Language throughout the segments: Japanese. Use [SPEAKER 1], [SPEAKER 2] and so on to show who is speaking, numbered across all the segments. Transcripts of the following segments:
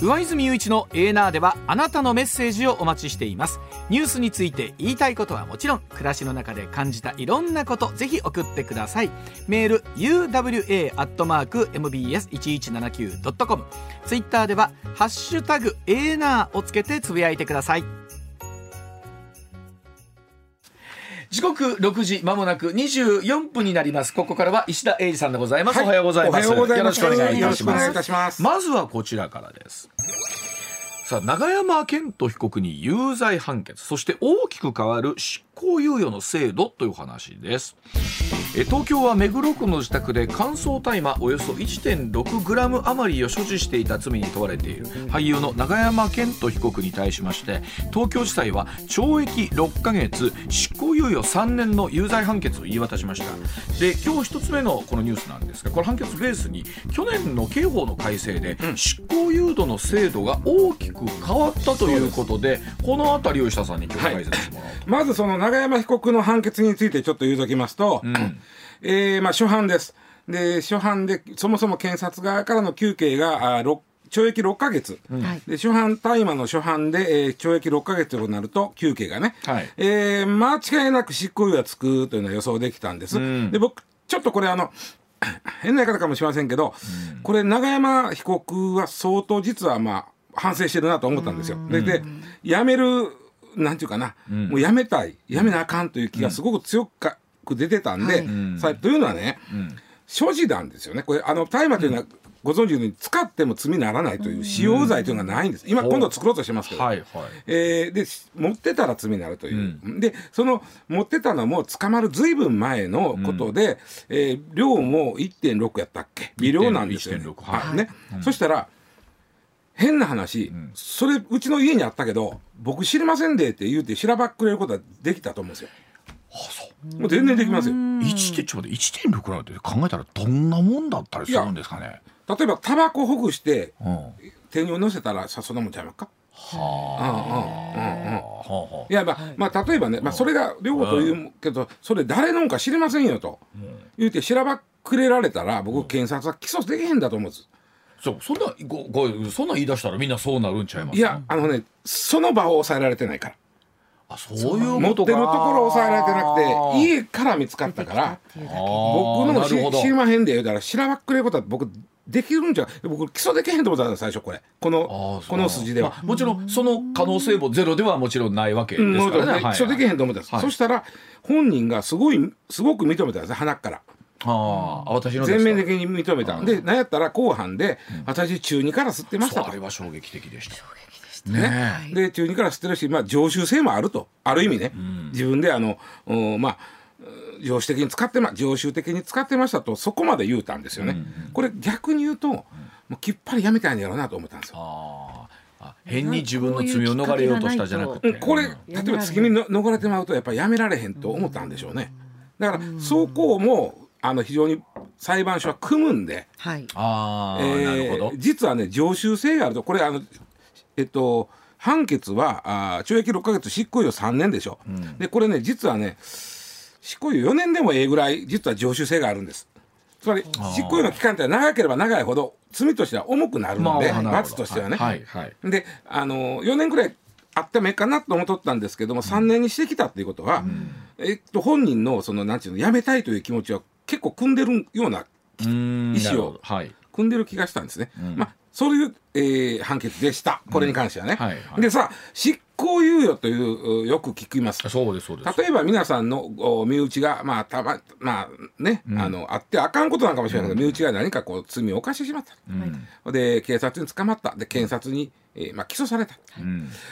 [SPEAKER 1] 上泉雄一のエーナーではあなたのメッセージをお待ちしていますニュースについて言いたいことはもちろん暮らしの中で感じたいろんなことぜひ送ってくださいメール uwa.mbs1179.com ツイッターでは「ハッシュタグエーナー」をつけてつぶやいてください時刻6時まもなく24分になりますここからは石田英二さんでございます、おはようございます
[SPEAKER 2] おはようござい
[SPEAKER 1] よろ
[SPEAKER 2] ま
[SPEAKER 1] し
[SPEAKER 2] す。
[SPEAKER 1] くお願いいたし
[SPEAKER 2] よろくお
[SPEAKER 1] ま
[SPEAKER 2] 願
[SPEAKER 1] す
[SPEAKER 2] いいたします。
[SPEAKER 1] まずはこちらからです。さあ永山絢斗被告に有罪判決そして大きく変わる執行猶予の制度という話ですえ東京は目黒区の自宅で乾燥大麻およそ 1.6g 余りを所持していた罪に問われている俳優の永山絢斗被告に対しまして東京地裁は懲役6ヶ月執行猶予3年の有罪判決を言い渡しましたで今日1つ目のこのニュースなんですがこれ判決ベースに去年の刑法の改正で執行猶予の制度が大きく変わったということでこの辺りを石田さんに今日解説してもらおうと、
[SPEAKER 2] まずその永山被告の判決についてちょっと言うときますと、えーまあ初犯です。で、初犯で、そもそも検察側からの求刑が、あろ懲役6ヶ月、
[SPEAKER 3] はい
[SPEAKER 2] で初犯大麻の初犯で、えー懲役6ヶ月となると求刑がね、
[SPEAKER 1] はい
[SPEAKER 2] えー間違いなく執行猶予がつくというのは予想できたんです、で僕ちょっとこれあの 変な言い方かもしれませんけど、これ永山被告は相当実はまあ反省してるなと思ったんですよ。でで辞めるなんていうかな、もう辞めたい辞めなあかんという気がすごく強く出てたんで、さというのはね、所持なんですよねこれあの大麻というのは、ご存知のように使っても罪にならないという使用罪というのがないんです今今度作ろうとしてますけど、
[SPEAKER 1] はいはい
[SPEAKER 2] えーでし持ってたら罪になるという、でその持ってたのも捕まるずいぶん前のことで、えー量も1.6やったっけ微量なんですよね。
[SPEAKER 1] 1.6はい
[SPEAKER 2] ねそしたら変な話、それうちの家にあったけど僕知りませんでって言うてしらばっくれることはできたと思うんですよ。もう全然できますよ。
[SPEAKER 4] 1点ちょっと待って1.6なんて考えたらどんなもんだったりするんですかね。
[SPEAKER 2] 例えばタバコほぐして
[SPEAKER 4] うん、は
[SPEAKER 2] 手に乗せたらさそんなもんちゃいますか
[SPEAKER 4] あ、はあはい
[SPEAKER 2] やまあ、まあ例えばね、まあ、それが両方というけど、それ誰のんか知りませんよと、言うてしらばっくれられたら僕検察は起訴できへんだと思うんです、
[SPEAKER 4] あ、そうそんなごごそんなん言い出したらみんなそうなるんちゃいます
[SPEAKER 2] いやあのねその場を抑えられてないから
[SPEAKER 4] あそういう
[SPEAKER 2] 持っ
[SPEAKER 4] こと
[SPEAKER 2] て
[SPEAKER 4] か
[SPEAKER 2] るところを抑えられてなくて
[SPEAKER 4] い
[SPEAKER 2] 家から見つかったから
[SPEAKER 4] 僕
[SPEAKER 2] 僕のも知
[SPEAKER 4] なるほど
[SPEAKER 2] 知りまへんで言うたらしらばっくれることは僕できるんじゃ僕起訴できへんと思ったんです最初これこ
[SPEAKER 4] あー
[SPEAKER 2] の
[SPEAKER 4] そう
[SPEAKER 2] この筋では
[SPEAKER 4] まあもちろんその可能性もゼロではもちろんないわけです
[SPEAKER 2] もう
[SPEAKER 4] からね、
[SPEAKER 2] 起訴できへんと思ったんです、そしたら本人がすごいすごく認めたんですね鼻から。
[SPEAKER 4] ああ私のです
[SPEAKER 2] 全
[SPEAKER 4] か
[SPEAKER 2] 面的に認めた。で、なんやったら後半で、私中二から吸ってまし
[SPEAKER 4] そ
[SPEAKER 2] た
[SPEAKER 4] うあ
[SPEAKER 2] と
[SPEAKER 4] れ。は衝撃的でした
[SPEAKER 2] ね。で、中二から吸ってるし、まあ常習性もあると。ある意味ね。自分であの、うんまあ、うん常識的に使ってま、常習的に使ってましたと、そこまで言うたんですよね。これ逆に言うと、もうきっぱりやめたんやろうなと思ったんですよ。
[SPEAKER 4] あーあ変に自分の罪を逃れようとしたじゃなくて、
[SPEAKER 2] うんこれ例
[SPEAKER 3] や
[SPEAKER 2] え
[SPEAKER 3] めら
[SPEAKER 2] ば
[SPEAKER 3] れへん
[SPEAKER 2] 月にの逃れてまうとやっぱりやめられへんと思ったんでしょうねだから走行もあの非常に裁判所は組むんで、
[SPEAKER 3] はい
[SPEAKER 4] ああ、
[SPEAKER 2] えー
[SPEAKER 4] なるほど
[SPEAKER 2] 実はね常習性があるとこれあのえっと判決はあー懲役6ヶ月執行猶予3年でしょ、でこれね実はね執行猶予4年でもええぐらい実は常習性があるんですつまり執行猶予の期間って長ければ長いほど罪としては重くなるんで、
[SPEAKER 4] なるほど
[SPEAKER 2] 罰としてはね、
[SPEAKER 4] はいはい
[SPEAKER 2] であの4年ぐらいあってもいいかなと思っとったんですけども3年にしてきたっていうことは、えっと、本人のそのなんていうの辞めたいという気持ちは結構組んでるような
[SPEAKER 4] うーん
[SPEAKER 2] 意思
[SPEAKER 4] な
[SPEAKER 2] を
[SPEAKER 4] るほどはい
[SPEAKER 2] 組んでる気がしたんですね。まあそういう、えー判決でした、これに関してはね。
[SPEAKER 4] うんはいはい
[SPEAKER 2] でさ、執行猶予という、うよく聞きます。
[SPEAKER 4] そうですそうです
[SPEAKER 2] 例えば皆さんのお身内が、まあ、たま、まあね、あの、あってあかんことなんかもしれないけど、身内が何かこう、罪を犯してしまった。で、警察に捕まった。で、検察に、えーまあ、起訴された。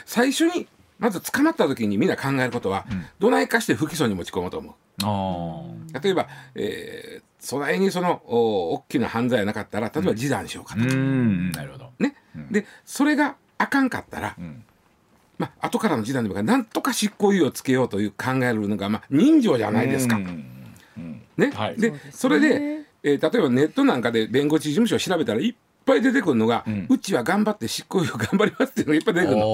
[SPEAKER 2] 最初に、まず捕まった時にみんな考えることは、どないかして不起訴に持ち込もうと思う。
[SPEAKER 4] ああ
[SPEAKER 2] 例えば、えー、そないにその、お大きな犯罪がなかったら、例えば示談しようかと
[SPEAKER 4] うーんなるほど
[SPEAKER 2] ね、でそれがあかんかったら、まあ後からの時代でもいいからなんとか執行猶予をつけようという考えるのが、まあ、人情じゃないですか。ね
[SPEAKER 4] はい
[SPEAKER 2] でそれで、えー例えばネットなんかで弁護士事務所を調べたらいっぱい出てくるのが、うちは頑張って執行猶予頑張りますっていうのがいっぱい出てくる
[SPEAKER 1] あ
[SPEAKER 2] の。
[SPEAKER 1] あ、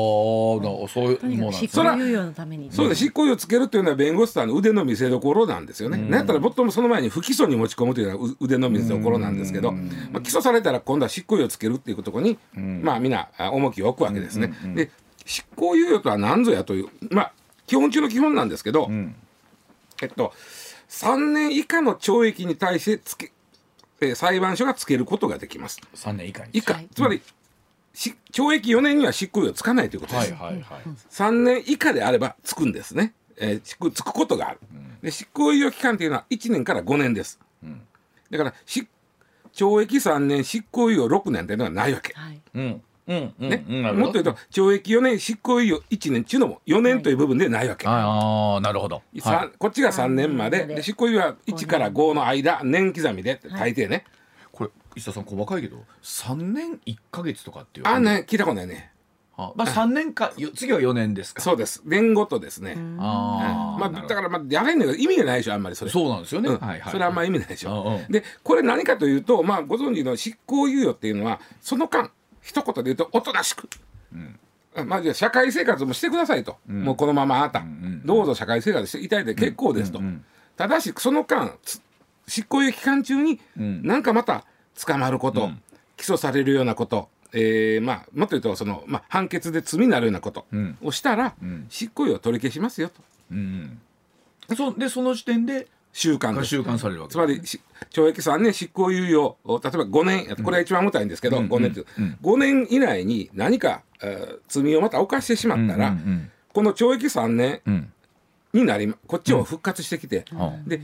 [SPEAKER 1] そういう
[SPEAKER 3] とに
[SPEAKER 1] も
[SPEAKER 3] か
[SPEAKER 1] うなん
[SPEAKER 3] く
[SPEAKER 1] で
[SPEAKER 3] 執
[SPEAKER 1] す
[SPEAKER 3] 行猶予のために
[SPEAKER 2] そうです執行猶予つけるというのは弁護士さんの腕の見せ所なんですよね。なんやったらもっともその前に不起訴に持ち込むというのはう腕の見せ所なんですけど、まあ、起訴されたら今度は執行猶予つけるっていうところに、まあみんなあ重きを置くわけですね。で執行猶予とは何ぞやというまあ基本中の基本なんですけど、えっと3年以下の懲役に対してつけ、えー裁判所がつけることができます。
[SPEAKER 1] 三年以下に。
[SPEAKER 2] 以下、
[SPEAKER 3] はい
[SPEAKER 2] つまりし懲役4年には執行猶予つかないということです。
[SPEAKER 1] はいはいはい。
[SPEAKER 2] 3年以下であればつくんですね、えー、執行つくことがある、で執行猶予期間というのは1年から5年です、だからし懲役3年執行猶予6年というのはないわけ、
[SPEAKER 3] はい
[SPEAKER 1] うんうんうん。
[SPEAKER 2] ね
[SPEAKER 1] うんなるほど
[SPEAKER 2] もっと言うと懲役4年執行猶予1年っていうのも4年という部分でないわけ、
[SPEAKER 1] ああ、なるほど。
[SPEAKER 2] さ
[SPEAKER 1] はい
[SPEAKER 2] こっちが3年まで
[SPEAKER 3] はい
[SPEAKER 2] で執行猶予は1から5の間年刻みで大抵ね、
[SPEAKER 1] これ石田さん細かいけど、三年一ヶ月とかっていう。
[SPEAKER 2] あね聞いたことないね
[SPEAKER 1] あ。まあ三年かよ次は四年ですか。
[SPEAKER 2] そうです年ごとですね、
[SPEAKER 1] ああ、
[SPEAKER 2] まあ、
[SPEAKER 1] なるほど
[SPEAKER 2] だからまあやれんのが意味がないでしょあんまりそれ
[SPEAKER 1] そうなんですよね。
[SPEAKER 2] うん
[SPEAKER 1] はいはい。
[SPEAKER 2] それはあんま意味ないでしょ、
[SPEAKER 1] うんうん
[SPEAKER 2] でこれ何かというと、まあ、ご存知の執行猶予っていうのはその間一言で言うとおとなしく、まあ、じゃあ社会生活もしてくださいと、もうこのままあなた、どうぞ社会生活していただいて結構ですと、ただしその間つ執行猶予期間中に、なんかまた捕まること、起訴されるようなことえーまあ、もっと言うとその、まあ、判決で罪になるようなことをしたら、執行猶予を取り消しますよと
[SPEAKER 1] そでその時点で
[SPEAKER 2] 習慣
[SPEAKER 1] が
[SPEAKER 2] です
[SPEAKER 1] 収監されるわけ。
[SPEAKER 2] つまりし懲役3年執行猶予を例えば5年これが一番重たいんですけど、5年っていう5年以内に何か、えー罪をまた犯してしまったら、この懲役3年になりまこっちも復活してきて、で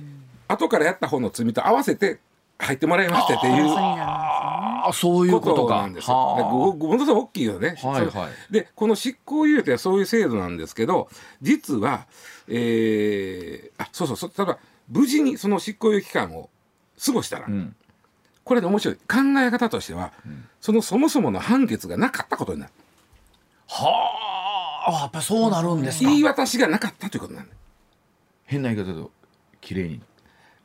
[SPEAKER 2] 後からやった方の罪と合わせて入ってもらいましてっていう
[SPEAKER 3] そうになるんですよね
[SPEAKER 1] ああ、そういうことか。
[SPEAKER 2] なんですよ。で
[SPEAKER 1] は
[SPEAKER 2] ごごものすごく大きいよね。
[SPEAKER 1] はいはい
[SPEAKER 2] そのでこの執行猶予というのはそういう制度なんですけど実は、えーあそうそうそう例えば無事にその執行猶予期間を過ごしたら、
[SPEAKER 1] ん
[SPEAKER 2] これで面白い考え方としては、そのそもそもの判決がなかったことになる
[SPEAKER 1] あ。はあ、やっぱそうなるんですか。
[SPEAKER 2] 言い渡しがなかったということなんだ
[SPEAKER 1] 変な言い方だと綺麗に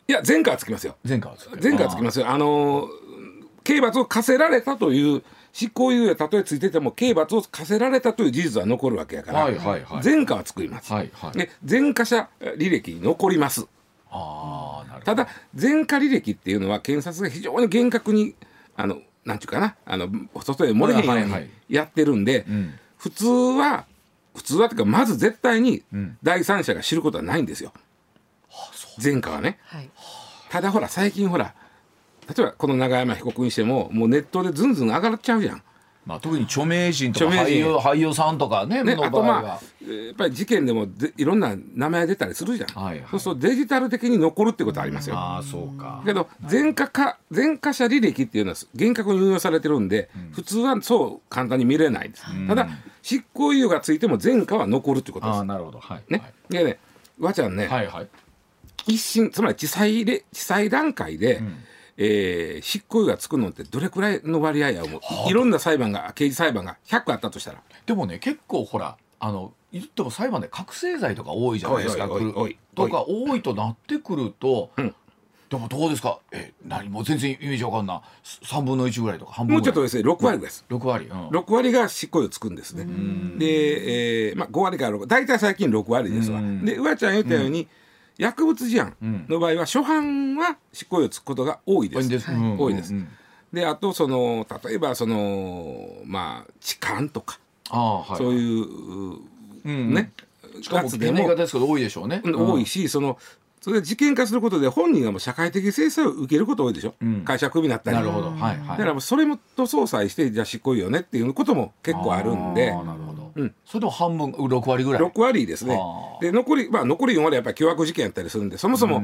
[SPEAKER 2] いや前科はつきますよ
[SPEAKER 1] 前科はつく
[SPEAKER 2] 前科はつきますよあのー刑罰を課せられたという執行猶予がたとえついてても刑罰を課せられたという事実は残るわけやから、
[SPEAKER 1] はいはいはい
[SPEAKER 2] 前科は作ります、
[SPEAKER 1] はいはい
[SPEAKER 2] で前科者履歴に残ります
[SPEAKER 1] ああなるほど
[SPEAKER 2] ただ前科履歴っていうのは検察が非常に厳格にあのなんていうかなあの外へ漏れへんよう
[SPEAKER 1] はいは
[SPEAKER 2] に
[SPEAKER 1] い
[SPEAKER 2] やってるんで、
[SPEAKER 1] ん
[SPEAKER 2] 普通は普通はっていうかまず絶対に第三者が知ることはないんですよ、前科はね
[SPEAKER 3] はい
[SPEAKER 2] ただほら最近ほら例えばこの永山被告にしてももうネットでずんずん上がっちゃうじゃん。
[SPEAKER 1] まあ、特に著名人とか
[SPEAKER 2] 著名
[SPEAKER 1] 俳
[SPEAKER 2] 人
[SPEAKER 1] 優俳優さんとかね
[SPEAKER 2] ね、
[SPEAKER 1] の
[SPEAKER 2] あ
[SPEAKER 1] 場
[SPEAKER 2] と
[SPEAKER 1] 合は、
[SPEAKER 2] まあえーやっぱり事件でもでいろんな名前出たりするじゃん、
[SPEAKER 1] はいはい
[SPEAKER 2] そうするとデジタル的に残るってことありますよ。
[SPEAKER 1] ああそうか
[SPEAKER 2] けど前科か前科者履歴っていうのは厳格に運用されてるんで、普通はそう簡単に見れないです、ただ執行猶予がついても前科は残るってことで
[SPEAKER 1] あ
[SPEAKER 2] す
[SPEAKER 1] あなるほどはい
[SPEAKER 2] ね、でねわちゃんね、
[SPEAKER 1] はいはい
[SPEAKER 2] 一審つまり地裁れ地裁段階で、えー執行猶予がつくのってどれくらいの割合や思う、いろんな裁判が刑事裁判が100あったとしたら
[SPEAKER 1] でもね結構ほらあの言っても裁判で覚醒剤とか多いじゃないですか
[SPEAKER 2] おいおいお
[SPEAKER 1] く
[SPEAKER 2] い
[SPEAKER 1] るとか多いとなってくると、でもどうですかえ何もう全然イメージわかんない3分の1ぐらいとか半分
[SPEAKER 2] もう
[SPEAKER 1] ぐ
[SPEAKER 2] ちょ
[SPEAKER 1] ら
[SPEAKER 2] っ
[SPEAKER 1] い
[SPEAKER 2] とですね6割です、
[SPEAKER 1] 6割、うん、
[SPEAKER 2] 6割が執行猶予つくんですね。で、えーまあ、5割から6割大体最近6割ですわ。でうわちゃん言ったように、薬物事案の場合は初犯は執行猶予つくことが多いで
[SPEAKER 1] 多いん
[SPEAKER 2] す。
[SPEAKER 1] ですうん
[SPEAKER 2] 多いです
[SPEAKER 1] うんうん
[SPEAKER 2] であとその例えばそのまあ痴漢とか、
[SPEAKER 1] ああはい
[SPEAKER 2] そ
[SPEAKER 1] う
[SPEAKER 2] ういう、
[SPEAKER 1] ん
[SPEAKER 2] ね
[SPEAKER 1] しかも
[SPEAKER 2] やつ
[SPEAKER 1] 変
[SPEAKER 2] で
[SPEAKER 1] な言い
[SPEAKER 2] も
[SPEAKER 1] 方ですけど多いでしょうね、
[SPEAKER 2] うん多いしそのそれで事件化することで本人がもう社会的制裁を受けること多いでしょ、会社クビになったり
[SPEAKER 1] なるほどはいはい
[SPEAKER 2] だからもうそれもと相殺してじゃあ執行猶予ねっていうことも結構あるんで
[SPEAKER 1] あーなるほど、
[SPEAKER 2] うん
[SPEAKER 1] それでも半分6割ぐらい
[SPEAKER 2] 6割ですね
[SPEAKER 1] あ。ー
[SPEAKER 2] で残りまあ残り4割はやっぱり凶悪事件やったりするんでそもそも、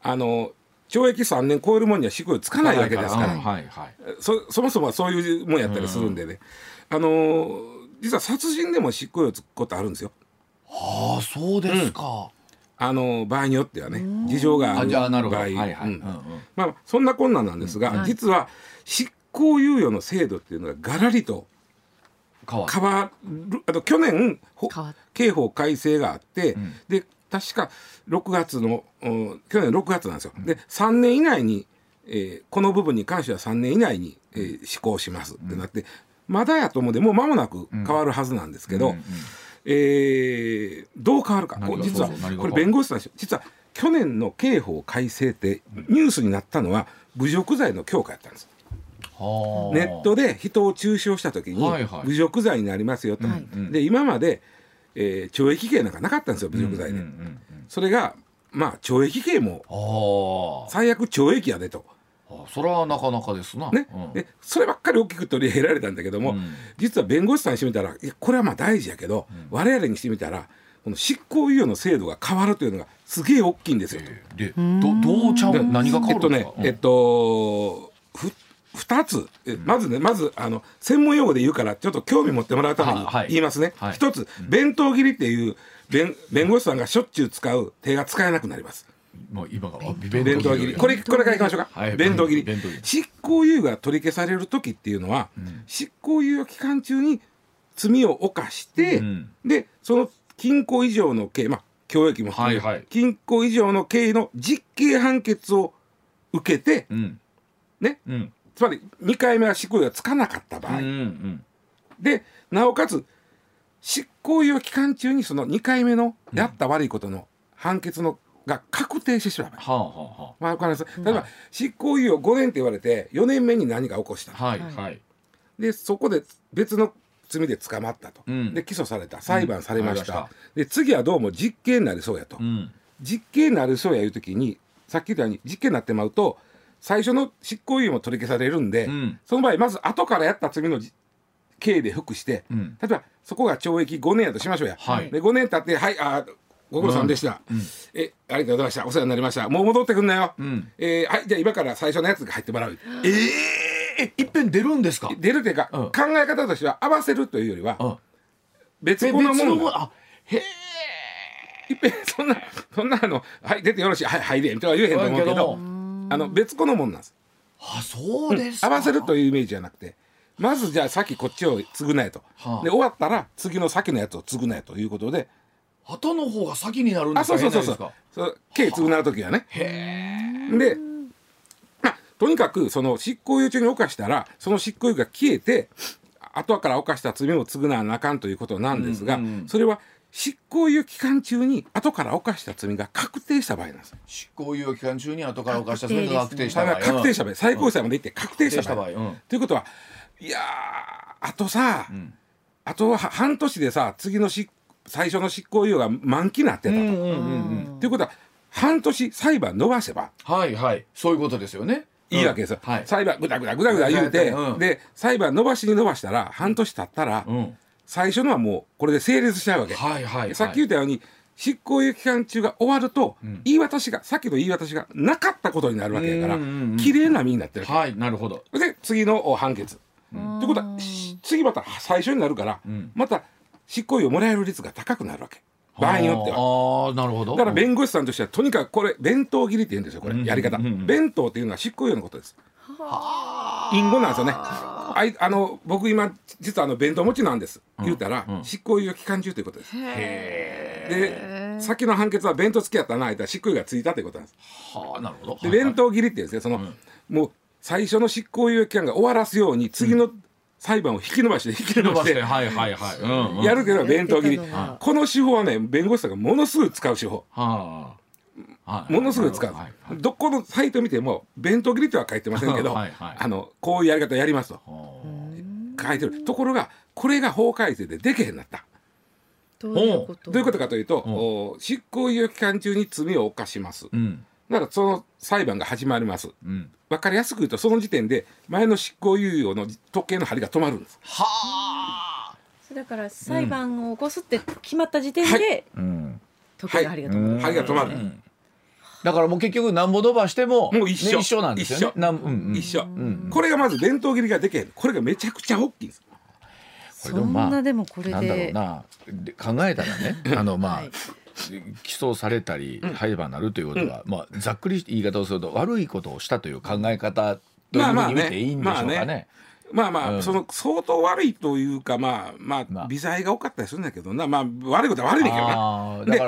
[SPEAKER 2] あの懲役3年超えるもんには執行猶予つかないわけですから、
[SPEAKER 1] うんはいはい
[SPEAKER 2] そそもそもはそういうもんやったりするんでね、あのー実は殺人でも執行猶予つくことあるんですよ。
[SPEAKER 1] ああそうですか、
[SPEAKER 2] あのー場合によってはね事情があ
[SPEAKER 1] あ
[SPEAKER 2] る
[SPEAKER 1] じ
[SPEAKER 2] 場
[SPEAKER 1] ゃあ
[SPEAKER 2] 合
[SPEAKER 1] なるほどはいはい、
[SPEAKER 2] うん
[SPEAKER 1] うんうん
[SPEAKER 2] まあそんな困難なんですが、
[SPEAKER 3] はい
[SPEAKER 2] 実は執行猶予の制度っていうのががらりと
[SPEAKER 1] 変わる
[SPEAKER 2] 変わるあと去年ほ
[SPEAKER 3] 変わる
[SPEAKER 2] 刑法改正があって、で確か6月の、うん去年6月なんですよ、で3年以内に、えーこの部分に関しては3年以内に、えー施行しますってなって、まだやと思うでもう間もなく変わるはずなんですけ
[SPEAKER 1] う
[SPEAKER 2] ど、
[SPEAKER 1] んうん
[SPEAKER 2] えーどう変わるか
[SPEAKER 1] 何が
[SPEAKER 2] こう実は
[SPEAKER 1] そうそう何が
[SPEAKER 2] これ弁護士さんですよ実は去年の刑法改正ってニュースになったのは侮辱罪の強化やったんです。
[SPEAKER 1] はあ
[SPEAKER 2] ネットで人を中傷した時に
[SPEAKER 1] はいはい
[SPEAKER 2] 侮辱罪になりますよと、
[SPEAKER 3] はい
[SPEAKER 2] で今まで、えー懲役刑なんかなかったんですよ侮辱罪で、
[SPEAKER 1] うんうんうん
[SPEAKER 2] それがまあ懲役刑も
[SPEAKER 1] あ
[SPEAKER 2] 最悪懲役やでと、
[SPEAKER 1] ああそれはなかなかですな
[SPEAKER 2] ね
[SPEAKER 1] うん
[SPEAKER 2] でそればっかり大きく取り上げられたんだけども、
[SPEAKER 1] うん
[SPEAKER 2] 実は弁護士さんにしてみたらいやこれはまあ大事やけど、我々にしてみたらこの執行猶予の制度が変わるというのがすげえ大きいんですよと。
[SPEAKER 1] でどどうちゃう何が変
[SPEAKER 2] えっ
[SPEAKER 1] わる
[SPEAKER 2] と
[SPEAKER 1] んです
[SPEAKER 2] ね
[SPEAKER 1] か、
[SPEAKER 2] えっと、ふ2つ、えまずね、まずあの専門用語で言うから、ちょっと興味持ってもらうために
[SPEAKER 1] ははい
[SPEAKER 2] 言いますね、
[SPEAKER 1] はい
[SPEAKER 2] 1つ、弁当切りっていう弁弁護士さんがしょっちゅう使う手が使えなくなります、
[SPEAKER 1] まあ今が
[SPEAKER 2] 弁当切り、これこれからいきましょうか、
[SPEAKER 1] はい
[SPEAKER 2] 弁当切り
[SPEAKER 1] 弁当切、り
[SPEAKER 2] 執行猶予が取り消される時っていうのは、執行猶予期間中に罪を犯して、
[SPEAKER 1] うん
[SPEAKER 2] でその禁錮以上の刑、まあ、教育も含め、
[SPEAKER 1] はいはい
[SPEAKER 2] 禁錮以上の刑の実刑判決を受けて、
[SPEAKER 1] うん
[SPEAKER 2] ね、
[SPEAKER 1] うん
[SPEAKER 2] つまり2回目は執行猶予がつかなかった場
[SPEAKER 1] うん
[SPEAKER 2] 合、
[SPEAKER 1] うん
[SPEAKER 2] でなおかつ執行猶予期間中にその2回目のやった悪いことの判決のが確定してしまう場合、
[SPEAKER 1] はあは
[SPEAKER 2] まあ、わかります例えば執行猶予5年って言われて4年目に何か起こした
[SPEAKER 1] あはあはい
[SPEAKER 3] はい
[SPEAKER 1] はい
[SPEAKER 2] でそこで別の罪で捕まったと、
[SPEAKER 1] うん
[SPEAKER 2] で起訴された裁判されました,、
[SPEAKER 1] うんわかり
[SPEAKER 2] で次はどうも実刑になりそうやと、
[SPEAKER 1] うん
[SPEAKER 2] 実刑になりそうやいう時にさっき言ったように実刑になってまうと最初の執行猶予も取り消されるんで、
[SPEAKER 1] うん
[SPEAKER 2] その場合まず後からやった罪のじ刑で服して、
[SPEAKER 1] うん
[SPEAKER 2] 例えばそこが懲役5年やとしましょうや、
[SPEAKER 1] はい
[SPEAKER 2] で5年経って「はいあーご苦労さんでした、えありがとうございましたお世話になりましたもう戻ってくんなよ、
[SPEAKER 1] ん
[SPEAKER 2] えーはいじゃあ今から最初のやつが入ってもらう」
[SPEAKER 1] ええ一遍出るんですか
[SPEAKER 2] 出るというか、
[SPEAKER 1] うん
[SPEAKER 2] 考え方としては合わせるというよりは、
[SPEAKER 1] うん
[SPEAKER 2] 別
[SPEAKER 1] え
[SPEAKER 2] 個のもの
[SPEAKER 1] 別
[SPEAKER 2] が
[SPEAKER 1] あへえ
[SPEAKER 2] いっぺんそんなそんなあの「はい出てよろしいはい入れ」とは言えへんと思う
[SPEAKER 1] だ
[SPEAKER 2] け
[SPEAKER 1] け
[SPEAKER 2] ど
[SPEAKER 1] ど
[SPEAKER 2] あの別個のもんなんです
[SPEAKER 1] あそうですか
[SPEAKER 2] 合わせるというイメージじゃなくてまずじゃあさっきこっちを継ぐなえと、
[SPEAKER 1] はあ
[SPEAKER 2] で終わったら次の先のやつを継ぐなえということで
[SPEAKER 1] 後の方が先になるんで
[SPEAKER 2] あ
[SPEAKER 1] す
[SPEAKER 2] そ
[SPEAKER 1] か
[SPEAKER 2] うそうそう
[SPEAKER 1] 変
[SPEAKER 2] そ
[SPEAKER 1] な
[SPEAKER 2] う
[SPEAKER 1] や
[SPEAKER 2] そう刑償う時はね
[SPEAKER 1] つですかへ
[SPEAKER 2] で、まあ、とにかくその執行猶予中に犯したらその執行猶予が消えて後から犯した罪を償わなあかんということなんですが、
[SPEAKER 1] うんうん
[SPEAKER 2] それは執行猶予期間中に後から犯した罪が確定した場合なんです。
[SPEAKER 1] 執行猶予期間中に後から犯した罪が確定し
[SPEAKER 2] だ
[SPEAKER 1] た
[SPEAKER 2] か
[SPEAKER 1] 場
[SPEAKER 2] ら
[SPEAKER 1] 合
[SPEAKER 2] 確定した場合、最高裁まで行って確定した場合。
[SPEAKER 1] 確定した場合うん
[SPEAKER 2] ということは、いやー、あとさ、あとは半年でさ、次のし最初の執行猶予が満期になってたと。
[SPEAKER 1] うんうんうんうん
[SPEAKER 2] ということは、半年裁判伸ばせば
[SPEAKER 1] はいはいそういうことですよね
[SPEAKER 2] いいわけですよ。
[SPEAKER 1] うんはい
[SPEAKER 2] 裁判、ぐだぐだぐだぐだ言うて、
[SPEAKER 1] うん
[SPEAKER 2] で、裁判伸ばしに伸ばしたら、半年経ったら、
[SPEAKER 1] うん
[SPEAKER 2] 最初のはもう、これで成立しちゃうわけ。
[SPEAKER 1] はいはいはい
[SPEAKER 2] さっき言ったように、執行猶予期間中が終わると、言い渡しが、さっきの言い渡しがなかったことになるわけだから
[SPEAKER 1] うんうんうん、
[SPEAKER 2] 綺麗な身になってるわけ
[SPEAKER 1] はいなるほど
[SPEAKER 2] で次のお判決。ってことはし次また最初になるから、また執行猶予もらえる率が高くなるわけ場合によっては。
[SPEAKER 1] はああなるほど
[SPEAKER 2] だから弁護士さんとしてはとにかくこれ弁当切りって言うんですよこ
[SPEAKER 1] うん
[SPEAKER 2] れやり方、
[SPEAKER 1] うんうん
[SPEAKER 2] 弁当っていうのは執行猶予のことです隠語なんですよねあいあの僕今実はあの弁当持ちなんです言うたら、執行猶予期間中ということですで先の判決は弁当付きやったなあいたら執行猶予がついたということなんです
[SPEAKER 1] はあなるほど
[SPEAKER 2] で弁当切りっていうんですねその、もう最初の執行猶予期間が終わらすように次の裁判を引き延ばして引き延
[SPEAKER 1] 伸
[SPEAKER 2] ば
[SPEAKER 1] ば
[SPEAKER 2] して
[SPEAKER 1] してはいはいはいうんうん
[SPEAKER 2] やるけど弁当切り
[SPEAKER 3] やってたのが
[SPEAKER 2] この手法はね弁護士さんがものすごい使う手法
[SPEAKER 1] はあはい
[SPEAKER 2] ものすごい使う、
[SPEAKER 1] はい
[SPEAKER 2] どこのサイト見ても弁当切りとは書いてませんけど
[SPEAKER 1] はいはい
[SPEAKER 2] あのこういうやり方やりますと書いてるところがこれが法改正でできへんなった
[SPEAKER 3] どういうこと
[SPEAKER 2] どういうことかというと、お執行猶予期間中に罪を犯します、
[SPEAKER 1] うん
[SPEAKER 2] ならその裁判が始まります
[SPEAKER 1] うん
[SPEAKER 2] 分かりやすく言うとその時点で前の執行猶予の時計の針が止まるんです
[SPEAKER 1] はあ
[SPEAKER 3] だから裁判を起こすって決まった時点
[SPEAKER 2] は
[SPEAKER 3] で
[SPEAKER 1] うん
[SPEAKER 3] 時計が針が止まる
[SPEAKER 2] 針が止まる、
[SPEAKER 1] だからもう結局なんぼ伸ばしても
[SPEAKER 2] もう一緒
[SPEAKER 1] ね一緒なんですよね
[SPEAKER 2] 一緒
[SPEAKER 1] なんうんうん
[SPEAKER 2] 一緒、これがまず弁当切りができへんこれがめちゃくちゃ大きいんです
[SPEAKER 1] これ
[SPEAKER 3] そん
[SPEAKER 1] まあ
[SPEAKER 3] なでもこれ
[SPEAKER 1] なんだろう
[SPEAKER 3] で
[SPEAKER 1] なで考えたらねあのまあ、
[SPEAKER 3] はい
[SPEAKER 1] 起訴されたり裁判になるということは、まあ、ざっくり言い方をすると悪いことをしたという考え方という
[SPEAKER 2] まあ
[SPEAKER 1] ふ
[SPEAKER 2] ま
[SPEAKER 1] う
[SPEAKER 2] あ
[SPEAKER 1] に
[SPEAKER 2] ね
[SPEAKER 1] 見ていいんでしょうかね。
[SPEAKER 2] まあねまあまあ、
[SPEAKER 1] うん
[SPEAKER 2] その相当悪いというかまあま
[SPEAKER 1] まあ
[SPEAKER 2] あ微罪が多かったりするんだけどなまあ悪いことは悪いんだけどな
[SPEAKER 1] あーだか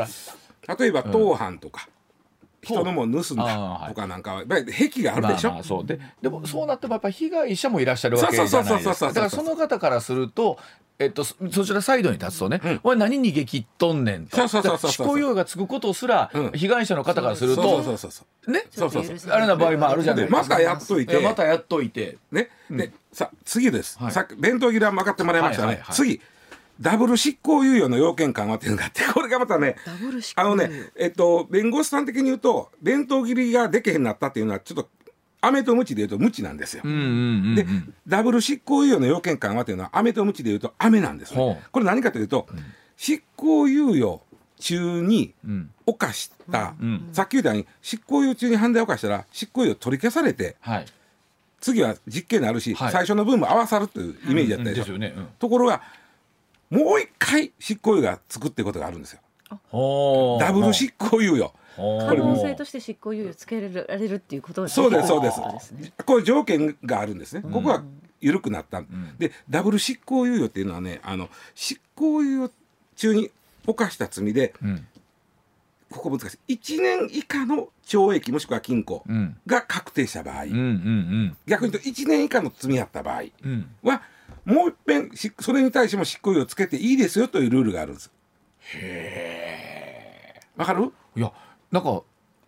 [SPEAKER 1] ら
[SPEAKER 2] 例えば当犯とか、人のもん盗ん
[SPEAKER 1] あ
[SPEAKER 2] だ
[SPEAKER 1] ー
[SPEAKER 2] とかなんかは、やっぱり癖がある
[SPEAKER 1] まあ
[SPEAKER 2] でしょ、
[SPEAKER 1] まあそうででもそうなってもやっぱ被害者もいらっしゃるわけじゃない
[SPEAKER 2] そうそうそう
[SPEAKER 1] ですか
[SPEAKER 2] そうそうそう
[SPEAKER 1] だからその方からすると、えっと、そそちらサイドに立つとね、
[SPEAKER 2] うん
[SPEAKER 1] お前何逃げ切っとんねんと
[SPEAKER 2] そうそうそ
[SPEAKER 1] だ
[SPEAKER 2] うそう
[SPEAKER 1] から執行猶予がつくことすら、
[SPEAKER 2] うん
[SPEAKER 1] 被害者の方からすると
[SPEAKER 2] そうそうそうそう
[SPEAKER 1] ね
[SPEAKER 2] そうそうそう
[SPEAKER 1] あれな場合もあるじゃない
[SPEAKER 2] でまたやっといて
[SPEAKER 1] えまたやっといて
[SPEAKER 2] ね、でさ次です、
[SPEAKER 1] はい
[SPEAKER 2] さっき弁当切れは分かってもらいましたね、
[SPEAKER 1] はいはいはい
[SPEAKER 2] 次ダブル執行猶予の要件緩和っていうのがあって これがまたね
[SPEAKER 3] ダブル執行
[SPEAKER 2] あ
[SPEAKER 3] 猶
[SPEAKER 2] の
[SPEAKER 3] 予
[SPEAKER 2] ねえっと弁護士さん的に言うと弁当切りができへんなったっていうのはちょっと飴とムチで言うとムチなんですよ、
[SPEAKER 1] うんうんうん、うん、
[SPEAKER 2] でダブル執行猶予の要件緩和というのは飴とムチで言うと飴なんです、
[SPEAKER 1] ほ
[SPEAKER 2] ね
[SPEAKER 1] う、
[SPEAKER 2] これ何かというと、執行猶予中に
[SPEAKER 1] うん
[SPEAKER 2] 犯した、
[SPEAKER 1] うん
[SPEAKER 2] さっき言ったように執行猶予中に犯罪を犯したら執行猶予取り消されて
[SPEAKER 1] はい
[SPEAKER 2] 次は実刑になるし、
[SPEAKER 1] はい
[SPEAKER 2] 最初の分も合わさるというイメージだったでしょ、
[SPEAKER 1] うんですよね、うん、
[SPEAKER 2] ところがもう一回執行猶予がつくってことがあるんですよ
[SPEAKER 1] ほう
[SPEAKER 2] ダブル執行猶予
[SPEAKER 1] ほう
[SPEAKER 3] 可能性として執行猶予つけられるっていうことが
[SPEAKER 2] そうですそうです
[SPEAKER 3] ことですね
[SPEAKER 2] こういう条件があるんですねここは緩くなった、でダブル執行猶予っていうのはねあの執行猶予中に犯した罪で
[SPEAKER 1] うん
[SPEAKER 2] ここ難しい1年以下の懲役もしくは禁錮
[SPEAKER 1] うん
[SPEAKER 2] が確定した場合、
[SPEAKER 1] うんうん
[SPEAKER 2] 逆に言うと1年以下の罪やった場合
[SPEAKER 1] うんうん
[SPEAKER 2] はもう一遍しそれに対しても執行猶予をつけていいですよというルールがあるんです。へえ。わかる？
[SPEAKER 1] いやなんか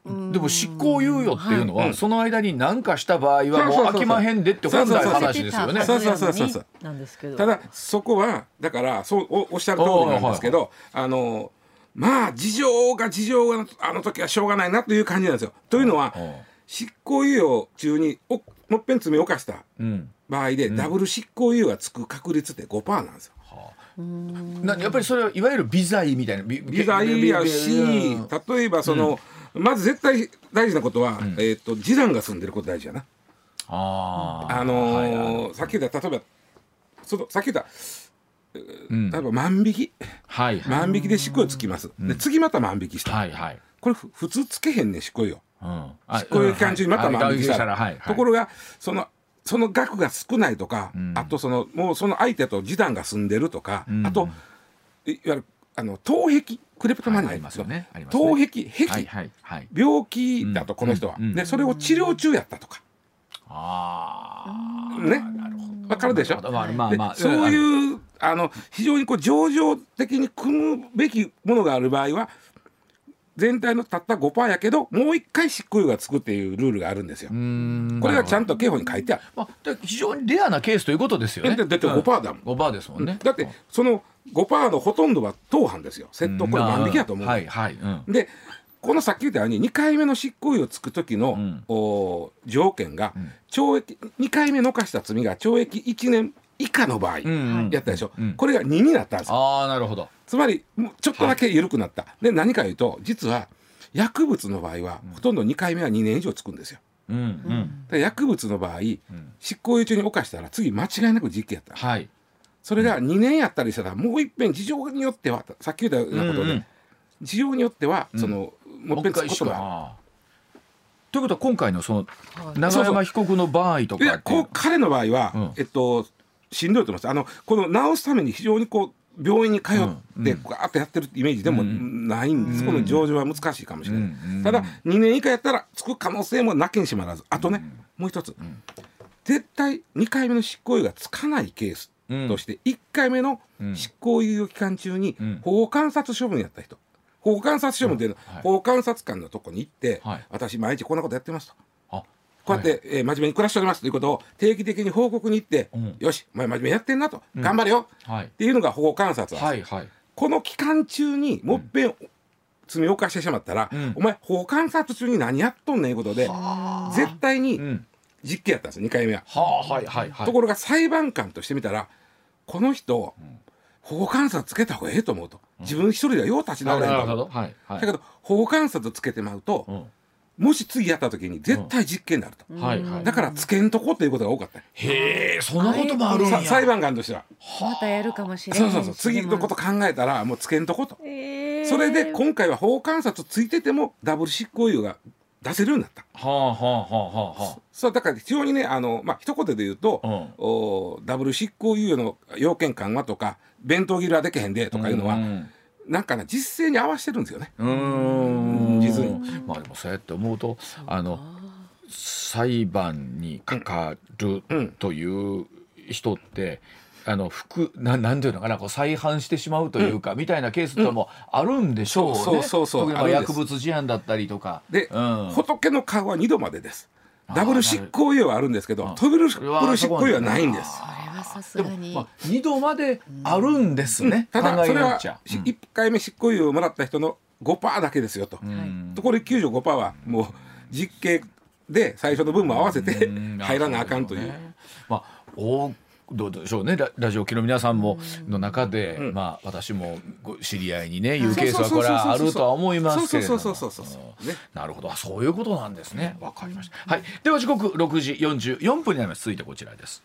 [SPEAKER 1] でも執行猶予っていうのは、その間に何かした場合は
[SPEAKER 2] そう
[SPEAKER 1] も
[SPEAKER 2] そう
[SPEAKER 1] う
[SPEAKER 2] そうそう
[SPEAKER 1] 飽きまへんでって本来の話ですよね。
[SPEAKER 2] そうそうそうそうそう
[SPEAKER 3] なんですけど
[SPEAKER 2] ただそこはだからそうおおっしゃる通りなんですけど、あのまあ事情が事情があの時はしょうがないなという感じなんですよ。というのは
[SPEAKER 1] うん
[SPEAKER 2] 執行猶予中におもっぺん罪を犯した
[SPEAKER 1] うん
[SPEAKER 2] 場合で、ダブル執行猶予がつく確率って5%なんですよ。
[SPEAKER 1] なやっぱりそれはいわゆる微罪みたいな微
[SPEAKER 2] ビザいいやし
[SPEAKER 1] うん
[SPEAKER 2] 例えばその、まず絶対大事なことは、えっ、と次男が住んでること大事やな。
[SPEAKER 1] あー
[SPEAKER 2] あの
[SPEAKER 1] はいはい
[SPEAKER 2] ーさっき言った例えばそのさっき言った
[SPEAKER 1] うん
[SPEAKER 2] 例えば万引き
[SPEAKER 1] はいはい
[SPEAKER 2] 万引きで執行猶予つきます、で次また万引きした、
[SPEAKER 1] はいはい
[SPEAKER 2] これふ普通つけへんねん執行猶予
[SPEAKER 1] うん
[SPEAKER 2] 執行猶予期間中にまた万引きしたら、
[SPEAKER 1] らはいはい
[SPEAKER 2] ところがそのその額が少ないとか、あとそのもうその相手と示談が住んでるとか、あといいわゆるあの盗癖クレプトマニア
[SPEAKER 1] はいありますよねありますね
[SPEAKER 2] 盗癖癖、
[SPEAKER 1] はいはいはい
[SPEAKER 2] 病気だとこの人は、
[SPEAKER 1] うんうん
[SPEAKER 2] でそれを治療中やったとか、
[SPEAKER 1] ああ
[SPEAKER 2] ねわかるでしょ
[SPEAKER 1] まあまあ
[SPEAKER 2] で
[SPEAKER 1] まあ
[SPEAKER 2] そう
[SPEAKER 1] う
[SPEAKER 2] いうあの非常にこう情状的に組むべきものがある場合は全体のたった5%やけどもう一回執行猶予がつくっていうルールがあるんですよ。
[SPEAKER 1] ん
[SPEAKER 2] これがちゃんと刑法に書いてある。
[SPEAKER 1] まあで非常にレアなケースということですよね
[SPEAKER 2] だって5%だもん。
[SPEAKER 1] 5バーですもんね
[SPEAKER 2] だってその5%のほとんどは当犯ですよ。窃盗これ万引きやと思う。
[SPEAKER 1] はいはいうん
[SPEAKER 2] でこのさっき言ったように2回目の執行猶予をつく時の、
[SPEAKER 1] ん
[SPEAKER 2] お条件が懲役2回目の犯した罪が懲役1年以下の場合
[SPEAKER 1] んうん
[SPEAKER 2] やったでしょ、
[SPEAKER 1] うん
[SPEAKER 2] これが2になったんですよ
[SPEAKER 1] ああなるほど
[SPEAKER 2] つまりもうちょっとだけ緩くなった、で何か言うと実は薬物の場合はほとんど2回目は2年以上つくんですよ
[SPEAKER 1] うんうん
[SPEAKER 2] で薬物の場合、執行猶予中に犯したら次間違いなく実刑やった
[SPEAKER 1] はい
[SPEAKER 2] それが2年やったりしたらもういっぺん事情によってはさっき言ったようなことで、
[SPEAKER 1] うんうん
[SPEAKER 2] 事情によってはその、も
[SPEAKER 1] も
[SPEAKER 2] ういっ
[SPEAKER 1] う
[SPEAKER 2] ぺ
[SPEAKER 1] 一回
[SPEAKER 2] んつくこ
[SPEAKER 1] し
[SPEAKER 2] と
[SPEAKER 1] か
[SPEAKER 2] がある
[SPEAKER 1] なということは今回のその
[SPEAKER 3] はい
[SPEAKER 1] 永山被告の場合と
[SPEAKER 2] い
[SPEAKER 1] か
[SPEAKER 2] や
[SPEAKER 1] っていう
[SPEAKER 2] こう彼の場合は、
[SPEAKER 1] うん
[SPEAKER 2] えっと、しんどいと思いますあのこの治すために非常にこう病院に通って、ガーッとやってるイメージでもないんです、この上場は難しいかもしれない、
[SPEAKER 1] うん
[SPEAKER 2] ただ2年以下やったらつく可能性もなきにしもあらずあとね、もう一つ、絶対2回目の執行猶予がつかないケースとして、1回目の執行猶予期間中に
[SPEAKER 1] ん
[SPEAKER 2] 保護観察処分やった人保護観察処分っていうのは、
[SPEAKER 1] うんはい
[SPEAKER 2] 保護観察官のとこに行って、
[SPEAKER 1] はい
[SPEAKER 2] 私毎日こんなことやってますと。
[SPEAKER 1] あ
[SPEAKER 2] こうやって、えー真面目に暮らしておりますということを定期的に報告に行って、
[SPEAKER 1] うん
[SPEAKER 2] よし、お前真面目にやってんなと、頑張れよ、
[SPEAKER 1] はい
[SPEAKER 2] っていうのが保護観察、
[SPEAKER 1] はいはい
[SPEAKER 2] この期間中にもっぺん罪を犯してしまったら、
[SPEAKER 1] ん
[SPEAKER 2] お前、保護観察中に何やっとんねんいうことで、絶対
[SPEAKER 1] う
[SPEAKER 2] に
[SPEAKER 1] ん
[SPEAKER 2] 実刑やったんです、2回目は。
[SPEAKER 1] はあはいはいはい
[SPEAKER 2] ところが裁判官としてみたら、この人、保護観察つけた方がええと思うと、自分一人ではよう立ち
[SPEAKER 1] な
[SPEAKER 2] 直
[SPEAKER 1] る
[SPEAKER 2] れんと
[SPEAKER 1] ほ
[SPEAKER 2] 思
[SPEAKER 1] ど
[SPEAKER 2] う。
[SPEAKER 1] はいは
[SPEAKER 2] だ
[SPEAKER 1] い
[SPEAKER 2] けど、保護観察つけてまうと、
[SPEAKER 1] うん
[SPEAKER 2] もし次やった時に絶対実刑になると。
[SPEAKER 1] はいはい
[SPEAKER 2] だからつけんとこっていうことが多かった。
[SPEAKER 1] へえそんなこともあるん
[SPEAKER 2] さ
[SPEAKER 1] や
[SPEAKER 2] 裁判官としては。
[SPEAKER 3] またやるかもしれ
[SPEAKER 2] そ
[SPEAKER 3] ないう
[SPEAKER 2] そうそう。次のこと考えたらもうつけんとこと。
[SPEAKER 3] えー
[SPEAKER 2] それで今回は法観察ついててもダブル執行猶予が出せるようになった。
[SPEAKER 1] はあはあはあはあは
[SPEAKER 2] そうだから非常にねあのまあ一言で言うと、
[SPEAKER 1] うん
[SPEAKER 2] おダブル執行猶予の要件緩和とか弁当切りはできへんでとかいうのは、
[SPEAKER 1] うん
[SPEAKER 2] なんかね実勢に合わせてるんですよね。
[SPEAKER 1] うーん
[SPEAKER 2] 実に
[SPEAKER 1] まあでもそうやって思うとあの裁判にかかる
[SPEAKER 2] うん
[SPEAKER 1] という人って、あの服ななんていうのかなこう再犯してしまうというか、みたいなケースってもあるんでしょうね、
[SPEAKER 2] そうそうそう
[SPEAKER 1] 特にま
[SPEAKER 2] あ
[SPEAKER 1] あ
[SPEAKER 2] るんで
[SPEAKER 1] 薬
[SPEAKER 2] す
[SPEAKER 1] 物事案だったりとか
[SPEAKER 2] で、
[SPEAKER 1] うん、
[SPEAKER 2] 仏の顔は2度までです。
[SPEAKER 1] あー
[SPEAKER 2] ダブル執行猶予はあるんですけ
[SPEAKER 1] な
[SPEAKER 2] ど、
[SPEAKER 1] る
[SPEAKER 2] トリプル
[SPEAKER 1] それは
[SPEAKER 2] 執行猶予はないんです。
[SPEAKER 3] これはさす
[SPEAKER 1] で
[SPEAKER 3] が
[SPEAKER 1] も、
[SPEAKER 3] に、
[SPEAKER 1] まあ、2度まであるんですね、
[SPEAKER 2] ただ
[SPEAKER 1] 考え
[SPEAKER 2] それ
[SPEAKER 1] よう
[SPEAKER 2] は
[SPEAKER 1] っちゃ
[SPEAKER 2] し1回目執行猶予をもらった人の5%だけですよと。
[SPEAKER 1] うん
[SPEAKER 3] は
[SPEAKER 2] ところで95%はもう実刑で最初の分も合わせて
[SPEAKER 1] うん
[SPEAKER 2] 入らなあかんとい
[SPEAKER 1] そうでしょねまあおどうでしょうねララジオ機の皆さんもの中で、まあ、私もご知り合いにねいうケースはこれはあるとは思いますけれども
[SPEAKER 2] そうそうそうそうそうそうそうね
[SPEAKER 1] なるほどあそういうことなんですねわかりました、はい、では時刻6時44分になります続いてこちらです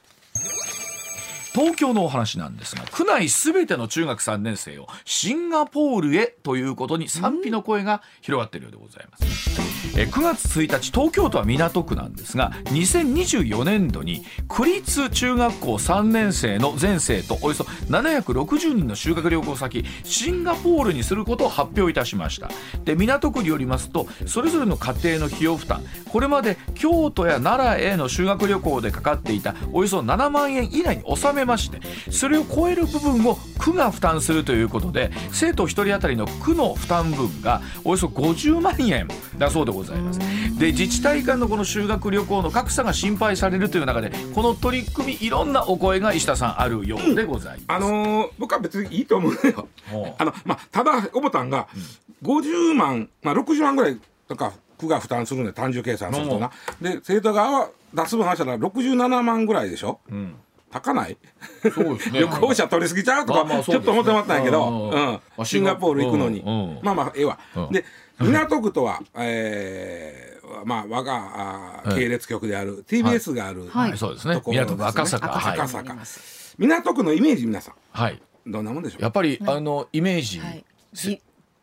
[SPEAKER 1] 東京のお話なんですが区内すべての中学3年生をシンガポールへということに賛否の声が広がっているようでございますえー9月1日東京都は港区なんですが2024年度に区立中学校3年生の全生徒およそ760人の修学旅行先シンガポールにすることを発表いたしましたで港区によりますとそれぞれの家庭の費用負担これまで京都や奈良への修学旅行でかかっていたおよそ7万円以内に収めましてそれを超える部分を区が負担するということで生徒1人当たりの区の負担分がおよそ50万円だそうでございますで自治体間のこの修学旅行の格差が心配されるという中でこの取り組みいろんなお声が石田さんあるようでございます、
[SPEAKER 2] あのー僕は別にいいと思うのよ
[SPEAKER 1] ほう。
[SPEAKER 2] あのまあ、ただ、おぼたんが50万、まあ、60万ぐらいとか区が負担するんで、単純計算するとな。で、生徒側は出す分話したら67万ぐらいでしょ。
[SPEAKER 1] うん
[SPEAKER 2] 高ない
[SPEAKER 1] そうですね
[SPEAKER 2] 旅行者取りすぎちゃうと
[SPEAKER 1] まあ
[SPEAKER 2] か、
[SPEAKER 1] まあそう
[SPEAKER 2] ち
[SPEAKER 1] ですね
[SPEAKER 2] ょっと思ってもらったんやけど、
[SPEAKER 1] うんうんうん
[SPEAKER 2] うん
[SPEAKER 1] まあ
[SPEAKER 2] シンガポール行くのに、
[SPEAKER 1] うんうん
[SPEAKER 2] まあまあええわ、
[SPEAKER 1] うん
[SPEAKER 2] で港区とは、えーまあ、我があー系列局である TBS がある、
[SPEAKER 3] はい
[SPEAKER 1] そうですね
[SPEAKER 2] ところ
[SPEAKER 1] 港区赤坂
[SPEAKER 2] 赤
[SPEAKER 1] はい
[SPEAKER 2] 坂
[SPEAKER 3] あります
[SPEAKER 2] 港区のイメージ皆さ
[SPEAKER 1] はい
[SPEAKER 2] んどんなもんでしょう
[SPEAKER 1] やっぱり、あのイメージ、
[SPEAKER 3] はい、ビ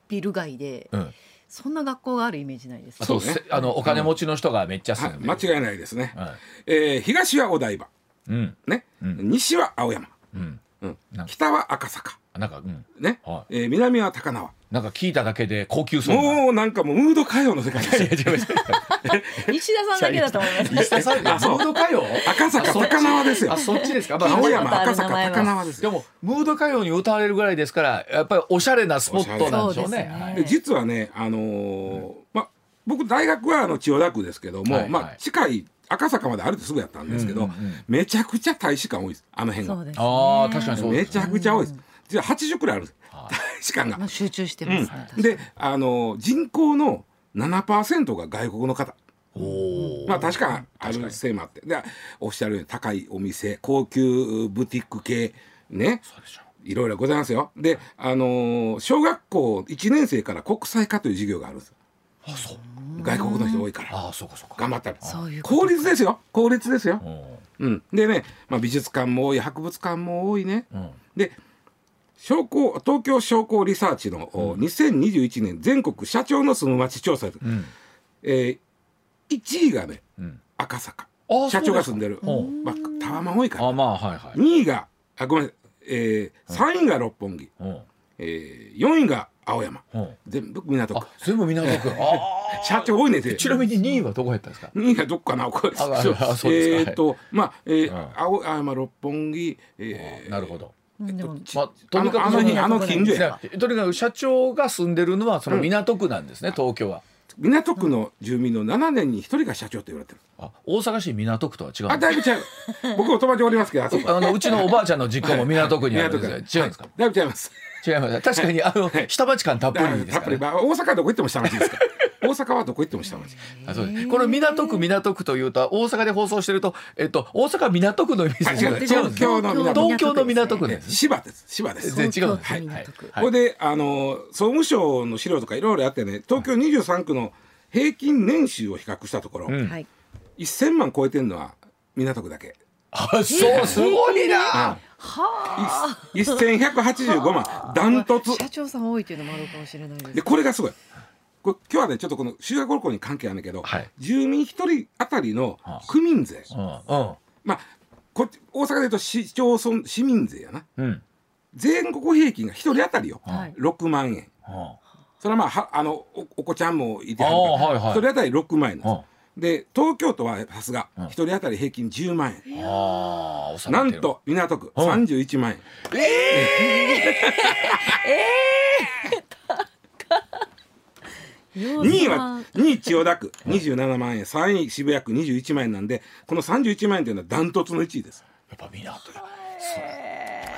[SPEAKER 3] ビル街で、
[SPEAKER 1] うん
[SPEAKER 3] そんな学校があるイメージないです
[SPEAKER 1] あと、
[SPEAKER 2] そうね
[SPEAKER 1] せあのお金持ちの人がめっちゃ住
[SPEAKER 2] はい
[SPEAKER 1] んでる、
[SPEAKER 2] 間違いないですね、
[SPEAKER 1] は
[SPEAKER 2] えー東はお台場、
[SPEAKER 1] いうん
[SPEAKER 2] ね西は青山、
[SPEAKER 1] うん
[SPEAKER 2] うん
[SPEAKER 1] なんか
[SPEAKER 2] 北は赤坂、
[SPEAKER 1] なんかうん
[SPEAKER 2] ね
[SPEAKER 1] は
[SPEAKER 2] えー南は高輪
[SPEAKER 1] なんか聞いただけで高級 そうな
[SPEAKER 2] もうなんかもうムード歌謡の世界ですよ
[SPEAKER 3] 西田さんだけだと思います
[SPEAKER 1] 石田さん、ムード歌謡
[SPEAKER 2] 赤坂高輪ですよ
[SPEAKER 1] あ、そっちですか。まあ、
[SPEAKER 2] 青
[SPEAKER 3] 聞いたこ
[SPEAKER 2] 山
[SPEAKER 3] とある
[SPEAKER 2] 赤坂
[SPEAKER 3] 名前は
[SPEAKER 2] 高輪ですよ
[SPEAKER 1] でも、ムード歌謡に歌われるぐらいですから、やっぱりおしゃれなスポットなんでしょう
[SPEAKER 3] そうですね
[SPEAKER 1] ね。
[SPEAKER 2] で実はね、あのーまあ、僕大学はあの千代田区ですけども、
[SPEAKER 1] はいはい
[SPEAKER 2] まあ、近い赤坂まで歩いてすぐやったんですけど、
[SPEAKER 1] うんうんうん
[SPEAKER 2] めちゃくちゃ大使館多いですあの辺
[SPEAKER 3] そう
[SPEAKER 2] が、
[SPEAKER 3] ですね
[SPEAKER 1] ああ、確かにそう
[SPEAKER 2] め
[SPEAKER 1] です
[SPEAKER 2] ち。ゃくちゃ多いです実は80くらいあるんです
[SPEAKER 1] はい
[SPEAKER 2] 大使館が
[SPEAKER 3] まあ、集中してますね、確かに
[SPEAKER 2] で、あのー人口の7%が外国の方
[SPEAKER 1] おお。
[SPEAKER 2] まあ確かあるせいもあってでおっしゃるように高いお店高級ブティック系ねいろいろございますよであのー小学校1年生から国際化という授業があるんです
[SPEAKER 1] あ、そう。
[SPEAKER 2] 外国の人多いから
[SPEAKER 1] ああ、そうか、そうか。
[SPEAKER 2] 頑張ったら
[SPEAKER 3] そういうこと
[SPEAKER 2] 効率ですよ効率ですよ
[SPEAKER 1] う、ん。
[SPEAKER 2] うん、でね、まあ、美術館も多い博物館も多いね
[SPEAKER 1] うん。
[SPEAKER 2] で商工東京商工リサーチの、お2021年全国社長の住む町調査、
[SPEAKER 1] うん。
[SPEAKER 2] えー、1位がね
[SPEAKER 1] うん。
[SPEAKER 2] 赤坂
[SPEAKER 1] あ
[SPEAKER 2] 社長が住んでる、
[SPEAKER 1] そうです
[SPEAKER 2] まあ、タワマン多いから
[SPEAKER 1] あ、まあ、はい、はい。
[SPEAKER 2] 2位があごめんなさい、えー、3位が六本木、
[SPEAKER 1] うん。
[SPEAKER 2] えー、4位が青山
[SPEAKER 1] うん。
[SPEAKER 2] 全部港
[SPEAKER 1] あ
[SPEAKER 2] 区、
[SPEAKER 1] 全部港区。ああ。
[SPEAKER 2] 社長多いねんて
[SPEAKER 1] ちなみに2位はどこやったんですか。
[SPEAKER 2] 2位がどっかなこれ
[SPEAKER 1] あああそうですか
[SPEAKER 2] えっとまあえー
[SPEAKER 1] うん
[SPEAKER 2] 青山六本木えー
[SPEAKER 1] なるほど。
[SPEAKER 3] うんでも
[SPEAKER 1] まあ、とにかく
[SPEAKER 2] あの
[SPEAKER 1] そ
[SPEAKER 2] あの近所
[SPEAKER 1] いやとにかく社長が住んでるのはその港区なんですね、東京は。
[SPEAKER 2] 港区の住民の7年に1人が社長って言われてる
[SPEAKER 1] あ大阪市港区とは違う
[SPEAKER 2] あ
[SPEAKER 1] んで
[SPEAKER 2] だいぶ違う僕も友達おりますけどあそ
[SPEAKER 1] す
[SPEAKER 2] こ
[SPEAKER 1] あのうちのおばあちゃんの実家も港区にあるん
[SPEAKER 2] 港
[SPEAKER 1] で
[SPEAKER 2] 区
[SPEAKER 1] すよ違うんですか
[SPEAKER 2] だいぶ違います
[SPEAKER 1] 違います確かにあの下町感たっぷ
[SPEAKER 2] だ
[SPEAKER 1] りです
[SPEAKER 2] やっ
[SPEAKER 1] か
[SPEAKER 2] ぱ
[SPEAKER 1] ら
[SPEAKER 2] り
[SPEAKER 1] ね
[SPEAKER 2] まあ大阪はどこ行っても下町ですから大阪はどこ行っても下町
[SPEAKER 1] あそうですこの港区港区というと大阪で放送してるとえっと大阪港区のイメージ
[SPEAKER 2] あ違
[SPEAKER 1] 違う
[SPEAKER 2] う
[SPEAKER 1] んですね
[SPEAKER 2] 東京の港区
[SPEAKER 1] 東京の港区
[SPEAKER 2] え
[SPEAKER 1] ですね
[SPEAKER 2] 芝です芝です
[SPEAKER 1] 全然違うんです
[SPEAKER 3] 東京都港区
[SPEAKER 1] はい
[SPEAKER 2] これであの総務省の資料とかいろいろあってね東京23区の平均年収を比較したところ、
[SPEAKER 1] うん
[SPEAKER 3] はい、
[SPEAKER 2] 1000万超えてるのは港区だけ
[SPEAKER 1] あそうすごいな
[SPEAKER 3] はあ
[SPEAKER 2] い1185万ダントツ
[SPEAKER 3] 社長さん多いというのもあるかもしれないです
[SPEAKER 2] でこれがすごいこれ今日はねちょっとこの修学旅行に関係あるんだけど、
[SPEAKER 1] はい
[SPEAKER 2] 住民一人当たりの
[SPEAKER 1] はあ
[SPEAKER 2] 区民税、
[SPEAKER 1] うん
[SPEAKER 2] まあこっち大阪で言うと市町村市民税やな
[SPEAKER 1] うんうん
[SPEAKER 2] 全国平均が1人当たりよ、
[SPEAKER 3] はい
[SPEAKER 2] 6万円
[SPEAKER 4] は
[SPEAKER 2] それはまあはあのおお子ちゃんもいて
[SPEAKER 4] あ
[SPEAKER 2] はるから、
[SPEAKER 4] はいはい
[SPEAKER 2] 1人当たり6万円なんです、
[SPEAKER 4] あ
[SPEAKER 2] で東京都はさすが
[SPEAKER 4] うん
[SPEAKER 2] 1人当たり平均10万円、
[SPEAKER 4] ああ収
[SPEAKER 2] な
[SPEAKER 4] めて
[SPEAKER 2] ん
[SPEAKER 4] る
[SPEAKER 2] と港区
[SPEAKER 4] ん
[SPEAKER 2] 31万円、2位は2位千代田区27万円3位渋谷区21万円なんでこの31万円というのはダントツの1位です
[SPEAKER 4] やっぱみんなとかそう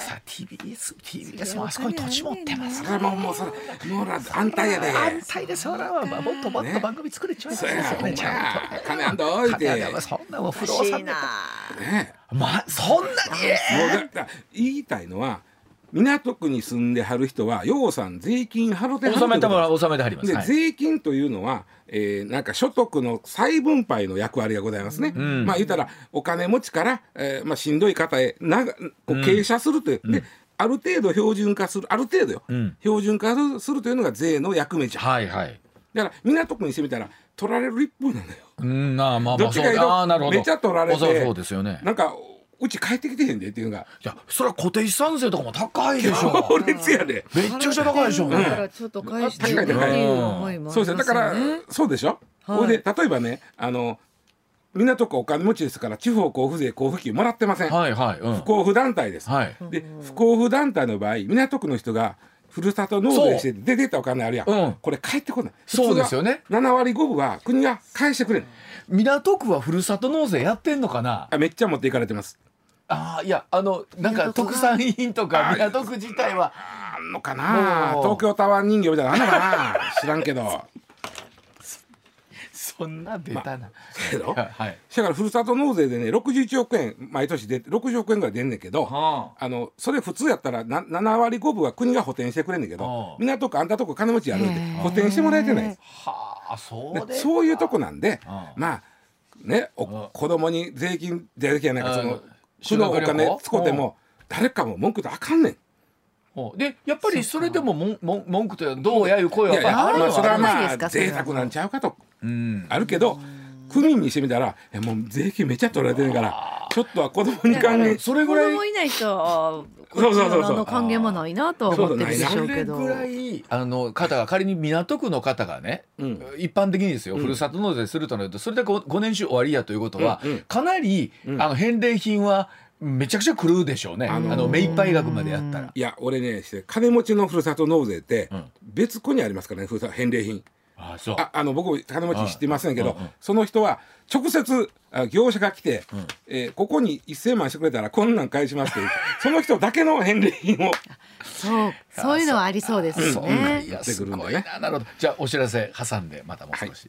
[SPEAKER 4] さ TBS TBS もあそこに土地持ってます
[SPEAKER 2] そ
[SPEAKER 4] か
[SPEAKER 2] れはもうもうそれもうら安泰やで
[SPEAKER 4] ら安泰でそれはまあもっともっと番組作れちゃいます
[SPEAKER 2] そ
[SPEAKER 4] よ
[SPEAKER 2] やほんま
[SPEAKER 4] ねちゃん
[SPEAKER 2] や金あんとおい
[SPEAKER 4] とい
[SPEAKER 2] て
[SPEAKER 4] や
[SPEAKER 2] ね
[SPEAKER 4] でもそんなもう不
[SPEAKER 3] 欲
[SPEAKER 4] 動
[SPEAKER 3] しい
[SPEAKER 4] 産
[SPEAKER 3] な
[SPEAKER 4] だ
[SPEAKER 2] え
[SPEAKER 4] まあそんなに
[SPEAKER 2] もうだだ言いたいのは港区に住んではる人はようさん税金払ってはる
[SPEAKER 4] 収めてもら
[SPEAKER 2] う
[SPEAKER 4] う収めてはります
[SPEAKER 2] で、
[SPEAKER 4] はい
[SPEAKER 2] 税金というのは、えーなんか所得の再分配の役割がございますね、まあ言ったらお金持ちから、えーまあ、しんどい方へなこう傾斜するという、である程度標準化するある程度よ、
[SPEAKER 4] ん
[SPEAKER 2] 標準化するというのが税の役目じゃん
[SPEAKER 4] はいはい
[SPEAKER 2] だから港区にしてみたら取られる一方なんだよ
[SPEAKER 4] うんあーまあま
[SPEAKER 2] ど
[SPEAKER 4] あ
[SPEAKER 2] っ
[SPEAKER 4] そ
[SPEAKER 2] ち
[SPEAKER 4] う
[SPEAKER 2] かいう
[SPEAKER 4] あーなる
[SPEAKER 2] と
[SPEAKER 4] ほど
[SPEAKER 2] めちゃ取られて
[SPEAKER 4] そうそうですよね
[SPEAKER 2] なんかうち帰ってきてへんでっていうのが
[SPEAKER 4] いやそれは固定資産税とかも高いでしょ
[SPEAKER 2] 強烈やで。
[SPEAKER 4] めっちゃくちゃ高いでしょ
[SPEAKER 3] だからちょっと返してよっていう思いもあ
[SPEAKER 2] そう
[SPEAKER 3] り
[SPEAKER 2] ですね。
[SPEAKER 3] ますよね。
[SPEAKER 2] だから、そうでしょ。
[SPEAKER 3] はい
[SPEAKER 2] これで例えばね、あの港区お金持ちですから地方交付税交付金もらってません。
[SPEAKER 4] はいはいうん
[SPEAKER 2] 不交付団体です。
[SPEAKER 4] はい
[SPEAKER 2] で不交付団体の場合、港区の人がふるさと納税して出てたお金あるやん。
[SPEAKER 4] うん
[SPEAKER 2] これ返ってこない。
[SPEAKER 4] そうですよね
[SPEAKER 2] 普通は7割5分は国が返してくれる。
[SPEAKER 4] 港区はふるさと納税やってんのかな
[SPEAKER 2] あめっちゃ持っていかれてます。
[SPEAKER 4] ああいやあのなんか
[SPEAKER 3] 港区
[SPEAKER 4] 特
[SPEAKER 3] が
[SPEAKER 4] 産品とか港区自体は
[SPEAKER 2] あんのかな。
[SPEAKER 4] おー
[SPEAKER 2] 東京タワー人形みたいなのあんのか な。知らんけど。
[SPEAKER 4] そんなベタな、
[SPEAKER 2] け ど。
[SPEAKER 4] はい
[SPEAKER 2] だからふるさと納税でね61億円毎年出て60億円ぐらい出んねんけど、
[SPEAKER 4] は
[SPEAKER 2] あのそれ普通やったらな7割5分は国が補填してくれんねんけど、
[SPEAKER 4] はあ
[SPEAKER 2] 港区あんたとこ金持ちやるんで
[SPEAKER 3] へえ
[SPEAKER 2] 補填してもらえてないんです
[SPEAKER 4] はあそう
[SPEAKER 2] で
[SPEAKER 4] で
[SPEAKER 2] そういうとこなんで、
[SPEAKER 4] はあ
[SPEAKER 2] まあねお
[SPEAKER 4] はあ
[SPEAKER 2] 子供に税金税金やなんかそ
[SPEAKER 4] はい
[SPEAKER 2] の区のお
[SPEAKER 4] 修学旅
[SPEAKER 2] 金
[SPEAKER 4] 行
[SPEAKER 2] 使うても誰かも文句言ったらあかんねん。
[SPEAKER 4] ほうでやっぱりそれでももんもん文句というかどうやいう声はやっぱりあるの
[SPEAKER 2] まあ、
[SPEAKER 4] は
[SPEAKER 2] それは
[SPEAKER 4] ある
[SPEAKER 3] で
[SPEAKER 2] ますあ
[SPEAKER 3] かそれ
[SPEAKER 2] 贅
[SPEAKER 3] は
[SPEAKER 2] 沢なんちゃうかと
[SPEAKER 4] うん
[SPEAKER 2] あるけど区民にしてみたらえもう税金めっちゃ取られてるからちょっとは子供に還元
[SPEAKER 4] それ
[SPEAKER 3] 子
[SPEAKER 4] ぐらい
[SPEAKER 3] 供いないと
[SPEAKER 2] そ
[SPEAKER 3] こ
[SPEAKER 2] う
[SPEAKER 3] っ
[SPEAKER 2] そう
[SPEAKER 3] ち
[SPEAKER 2] そうそう
[SPEAKER 3] のあの還元もないなとは思ってるでしょうけど。
[SPEAKER 4] それぐらいあの方が仮に港区の方がね、
[SPEAKER 2] うん
[SPEAKER 4] 一般的にですよ、ふるさと納税するとなるとそれで 5, 5年収終わりやということは、
[SPEAKER 2] うんうん
[SPEAKER 4] かなり、あの返礼品はめちゃくちゃ狂うでしょうね、
[SPEAKER 2] あのー
[SPEAKER 4] あの目いっぱい額までやったら。
[SPEAKER 2] いや俺ねして金持ちのふるさと納税って
[SPEAKER 4] うん
[SPEAKER 2] 別個にありますからねふるさ返礼品
[SPEAKER 4] あそう
[SPEAKER 2] ああの僕も金持ち知ってませんけど、
[SPEAKER 4] うんうん
[SPEAKER 2] その人は直接あ業者が来て、えーここに1,000万してくれたらこんなん返しますっ ていうその人だけの返礼品を
[SPEAKER 3] そう、そういうのはありそうですよ
[SPEAKER 4] そうなん
[SPEAKER 3] ね。
[SPEAKER 4] や
[SPEAKER 2] って
[SPEAKER 4] す
[SPEAKER 2] くるん
[SPEAKER 4] ご
[SPEAKER 2] で
[SPEAKER 4] い
[SPEAKER 2] ね
[SPEAKER 4] ななるほどじゃあお知らせ挟んでまたもう少し、